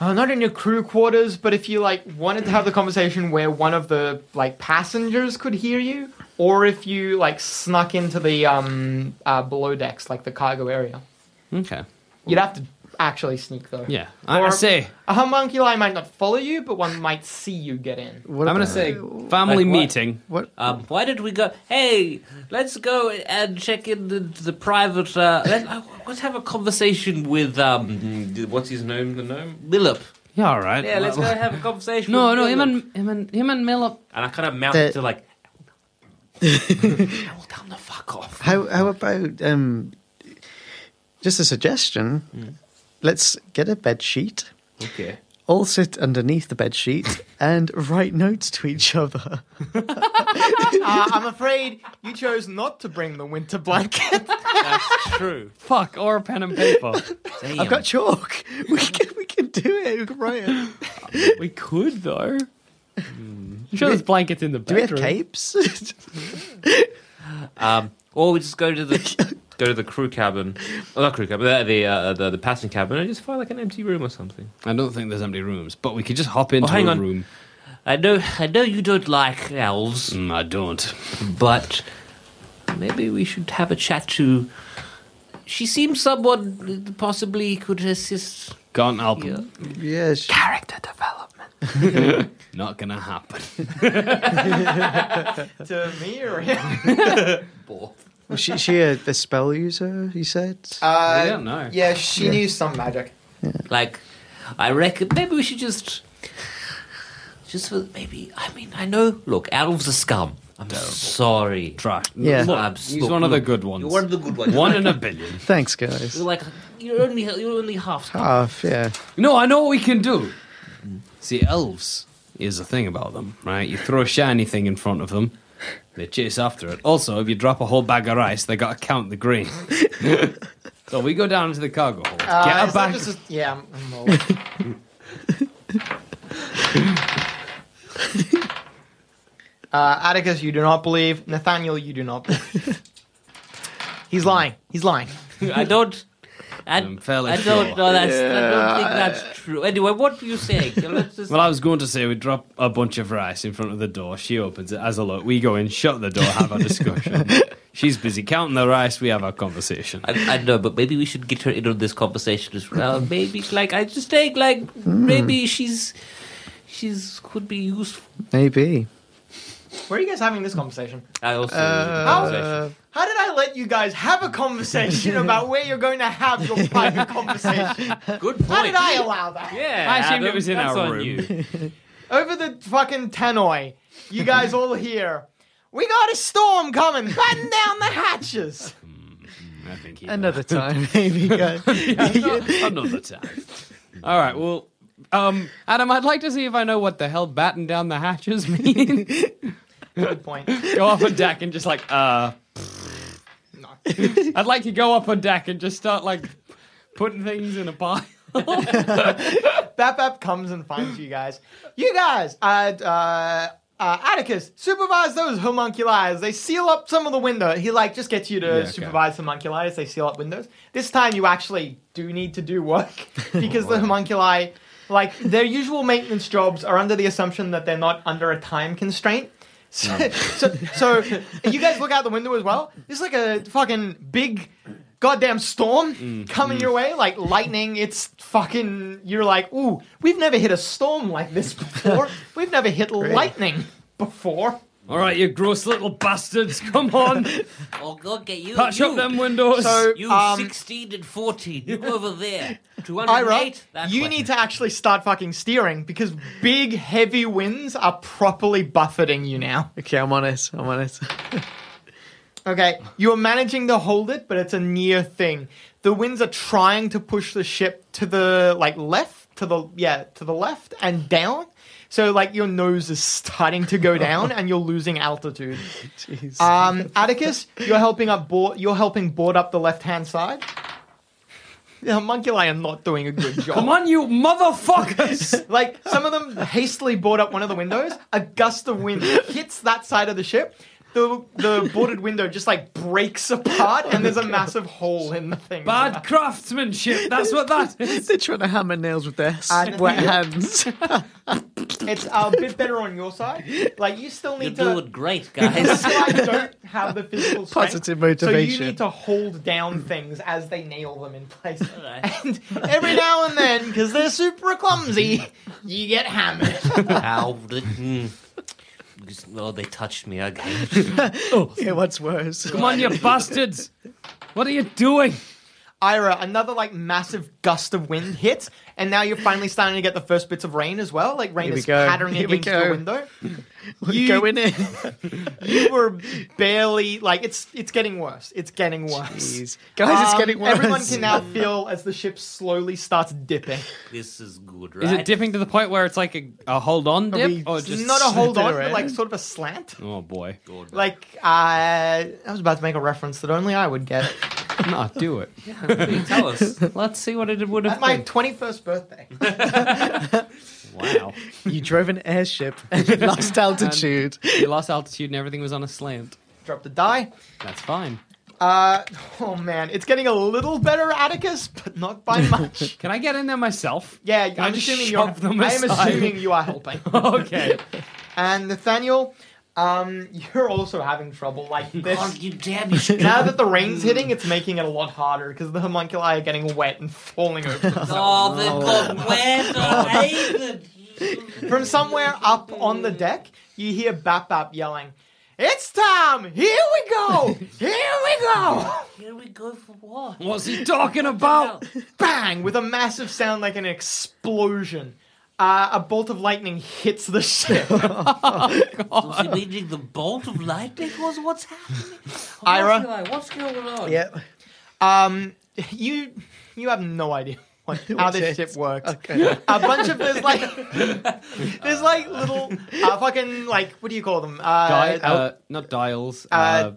E: uh, not in your crew quarters, but if you like wanted to have the conversation where one of the like passengers could hear you, or if you like snuck into the um uh, below decks, like the cargo area,
A: okay.
E: you'd have to actually sneak though.
A: Yeah. I, I
E: Or-
A: say
E: A homunculi might not follow you, but one might see you get in.
A: I'm
D: What
A: going to
D: about-
A: say family
G: Like what?
A: meeting.
D: What?
G: um, why did we go? Hey, let's go and check in the, the private. Uh, let, uh, let's have a conversation with um,
C: What's his name? The gnome?
G: Lillip.
A: Yeah. All right.
G: Yeah, let's go have a conversation.
A: No,
G: with
A: no. Him
G: Lillip.
A: and him and him and Millop.
G: And I kind of mount
D: The-
G: to like, I will tell him to fuck off.
D: How, how about um, just a suggestion? Let's get a bed sheet,
G: Okay.
D: all sit underneath the bed sheet, and write notes to each other.
E: Uh, I'm afraid you chose not to bring the winter blanket.
G: That's true.
F: Fuck, or a pen and paper.
G: Damn.
D: I've got chalk. We can, we can do it. We can write it.
F: we could though.
A: Hmm.
F: I'm sure there's blankets in the
D: Do we have
F: bedroom.
D: capes?
G: Um, or we just go to the go to the crew cabin, well, not crew cabin, the the, uh, the the passenger cabin, and just find like an empty room or something.
A: I don't think there's empty rooms, but we could just hop
F: Oh,
A: into
G: hang
A: a
G: on.
A: room.
G: I know, I know you don't like elves,
A: Mm, I don't.
G: but maybe we should have a chat to. She seems someone that possibly could assist.
A: Can't help.
G: Yeah.
D: yes.
G: Character development.
A: Not gonna happen.
E: to me or him?
D: Well, she she a, a spell user. You said.
E: Uh,
A: We don't know.
E: Yeah, she knew some magic.
G: Like, I reckon maybe we should just, just for maybe. I mean, I know. Look, elves are scum. I'm sorry.
A: Try.
D: Yeah.
A: Look,
G: I'm
A: he's
G: look,
A: one of the
G: look.
A: good ones.
G: You're one of the good ones.
A: One in a billion.
D: Thanks, guys.
G: You're like you're only you're only half.
D: Half, yeah.
A: No, I know what we can do. See, elves is the thing about them, right? You throw a shiny thing in front of them, they chase after it. Also, if you drop a whole bag of rice, they got to count the grain. so we go down into the cargo hold,
E: Uh,
A: get a
E: is that
A: bag.
E: just a- yeah, I'm, I'm old. uh, Atticus, you do not believe. Nathaniel, you do not believe. He's lying. He's lying.
G: I don't. I,
A: I'm fairly
G: I don't
A: sure.
G: know. That's, I don't think that's true. Anyway, what were you saying? Let's just-
A: Well, I was going to say we drop a bunch of rice in front of the door. She opens it, has a look. We go in, shut the door, have our discussion. She's busy counting the rice. We have our conversation.
G: I, I know, but maybe we should get her in on this conversation as well. Maybe, like, I just think, like, maybe she's she's could be useful.
D: Maybe.
E: Where are you guys having this conversation?
G: I also
E: Uh, How did I let you guys have a conversation about where you're going to have your private conversation?
G: good point.
E: How did I allow that?
G: yeah,
A: I assumed
G: Adam,
A: it was in
G: that's
A: our
G: on
A: room.
G: you.
E: Over the fucking tannoy, you guys all here. We got a storm coming. Batten down the hatches.
A: I think he
D: Another time, maybe. guys.
A: another time.
F: All right, well, um, Adam, I'd like to see if I know what the hell batten down the hatches mean.
E: Good point.
F: go up on deck and just like, uh. I'd like to go up on deck and just start like putting things in a pile.
E: Bap Bap comes and finds you guys. You guys, uh, uh, uh, Atticus, supervise those homunculi. They seal up some of the window. He like just gets you to
A: okay.
E: supervise homunculi as they seal up windows. This time you actually do need to do work because the homunculi, like their usual maintenance jobs, are under the assumption that they're not under a time constraint. So, so, so you guys look out the window as well. There's like a fucking big goddamn storm
G: Mm,
E: coming your way, like lightning. It's fucking. You're like, ooh, we've never hit a storm like this before. we've never hit lightning before.
A: All right, you gross little bastards, come on,
G: Oh, God, get you.
A: patch
G: you,
A: up them windows.
E: So
G: You
E: um,
G: 16 and 14. You over there.
E: Ira,
G: 208. That
E: you
G: way.
E: need to actually start fucking steering because big heavy winds are properly buffeting you now.
D: Okay, I'm on it. I'm on it.
E: Okay, you are managing to hold it, but it's a near thing. The winds are trying to push the ship to the like left, to the yeah, to the left and down. So like your nose is starting to go down, and you're losing altitude.
D: Jeez.
E: Um, Atticus, you're helping up board. You're helping board up the left hand side. The homunculi are not doing a good job.
A: come on, you motherfuckers.
E: Like some of them hastily board up one of the windows. A gust of wind hits that side of the ship. The the boarded window just like breaks apart, and
D: Oh
E: there's a massive hole in the thing.
A: Bad craftsmanship. That's what that is.
D: They're trying to hammer nails with their
E: And-
D: wet hands.
E: It's a bit better on your side. Like you still
G: You're
E: need to.
G: doing great, guys.
E: So I don't have the physical strength.
D: Positive
E: So
D: motivation.
E: you need to hold down things as they nail them in place.
G: Alright.
E: And every now and then, because they're super clumsy, you get hammered.
G: Ow. the- mm. Oh, they touched me again.
D: yeah, what's worse?
A: Come on, you bastards. What are you doing?
E: Ira, another like massive gust of wind hits, and now you're finally starting to get the first bits of rain as well. Like rain
D: Here we
E: is
D: go.
E: pattering
D: Here we
E: against
D: go.
E: the window.
D: You... Go in it.
E: You were barely like it's it's getting worse. It's getting worse.
D: Jeez. Guys, it's
E: Um,
D: getting worse.
E: Everyone can now feel as the ship slowly starts dipping.
G: This is good, right?
F: Is it dipping to the point where it's like a, a hold on
D: Are
F: dip?
D: we-
F: or just
E: Not a hold on,
D: slithering.
E: but like sort of a slant.
A: Oh boy.
E: Like uh, I was about to make a reference that only I would get.
F: No, do it.
G: Tell us.
F: Let's see what it would
E: At
F: have
E: my
F: been.
E: twenty first birthday.
A: Wow.
D: You drove an airship and you lost altitude.
F: You lost altitude and everything was on a slant.
E: Drop the die.
F: That's fine.
E: Uh, oh man, it's getting a little better, Atticus, but not by much.
F: Can I get in there myself?
E: Yeah, I'm,
F: I just
E: assuming you're.
F: shove them
E: I am
F: aside.
E: assuming you are helping.
F: Okay.
E: and Nathaniel, um, you're also having trouble. Like
G: Oh,
E: this.
G: you damn, you
E: Now that the rain's hitting, it's making it a lot harder because the homunculi are getting wet and falling over.
G: Oh, they've got wet. Oh, Aiden.
E: From somewhere up on the deck, you hear Bap Bap yelling, "It's time! Here we go! Here we go!"
G: Here we go for what?
A: What's he talking about?
E: bang with a massive sound like an explosion. Uh, a bolt of lightning hits the ship.
G: Was he meaning the bolt of lightning? Was what's happening?
E: Ira?
G: what's going on?
D: Yep.
E: Um, you you have no idea what, how
D: What's
E: this
D: it?
E: ship works.
D: Okay.
E: A bunch of there's like there's like little uh, fucking like what do you call them? Uh,
F: Di- uh, not dials. Uh,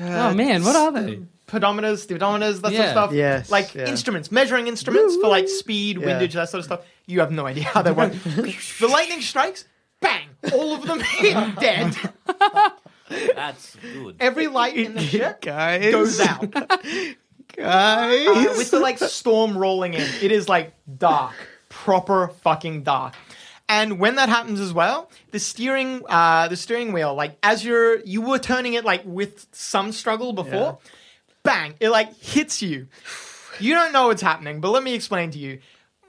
E: Uh,
F: oh man, what are they?
E: pedometers, speedometers, that sort of
F: Yeah.
E: stuff.
D: Yes,
E: like
D: yeah.
E: instruments, measuring instruments for like speed,
D: Yeah.
E: windage, that sort of stuff. You have no idea how they work. the lightning strikes, bang! All of them hit dead.
G: That's good.
E: Every light in the ship
D: Guys.
E: goes out.
D: Guys.
E: with the like storm rolling in, it is like dark. proper fucking dark. And when that happens as well, the steering, uh, the steering wheel, like as you're, you were turning it like with some struggle before, bang, it like hits you. You don't know what's happening, but let me explain to you.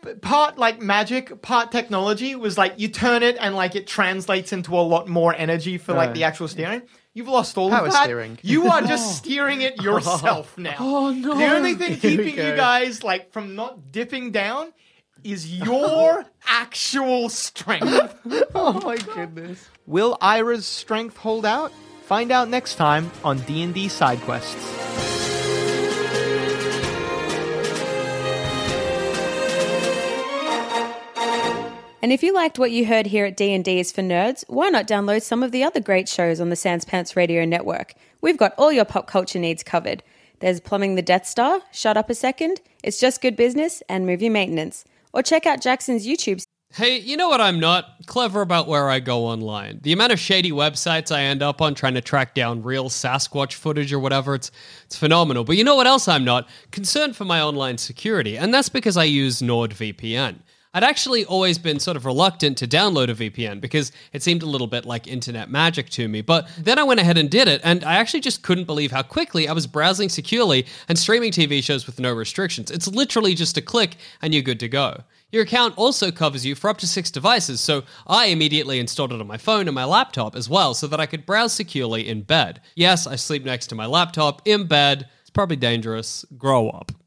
E: P- Part like magic, part technology was like you turn it and like it translates into a lot more energy for like
D: Oh.
E: the actual steering. You've lost all
D: Power
E: of that.
D: steering.
E: You are just steering it yourself now. Oh no! The only thing
D: Here we
E: keeping you
D: go.
E: guys like from not dipping down is your actual strength.
D: Oh my goodness.
E: Will Ira's strength hold out? Find out next time on D&D Side Quests.
H: And if you liked what you heard here at D&D is for Nerds, why not download some of the other great shows on the Sans Pants Radio Network? We've got all your pop culture needs covered. There's Plumbing the Death Star, Shut Up a Second, It's Just Good Business, and Movie Maintenance. Or check out Jackson's YouTube
F: Hey, you know what I'm not? Clever about where I go online. The amount of shady websites I end up on trying to track down real Sasquatch footage or whatever, it's it's phenomenal. But you know what else I'm not? Concerned for my online security, and that's because I use NordVPN. I'd actually always been sort of reluctant to download a VPN because it seemed a little bit like internet magic to me. But then I went ahead and did it, and I actually just couldn't believe how quickly I was browsing securely and streaming TV shows with no restrictions. It's literally just a click, and you're good to go. Your account also covers you for up to six devices, so I immediately installed it on my phone and my laptop as well so that I could browse securely in bed. Yes, I sleep next to my laptop in bed. It's probably dangerous. Grow up.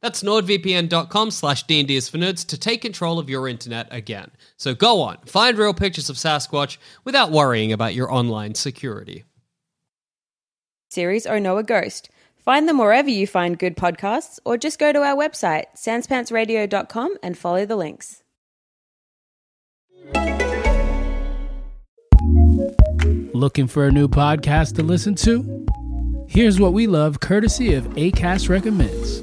F: That's nordvpn.com slash D&D is for nerds to take control of your internet again. So go on, find real pictures of Sasquatch without worrying about your online security.
H: series or Know a Ghost. Find them wherever you find good podcasts, or just go to our website, sanspantsradio.com, and follow the links.
I: Looking for a new podcast to listen to? Here's what we love courtesy of ACAST Recommends.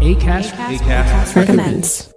I: ACAST,
H: Recommends.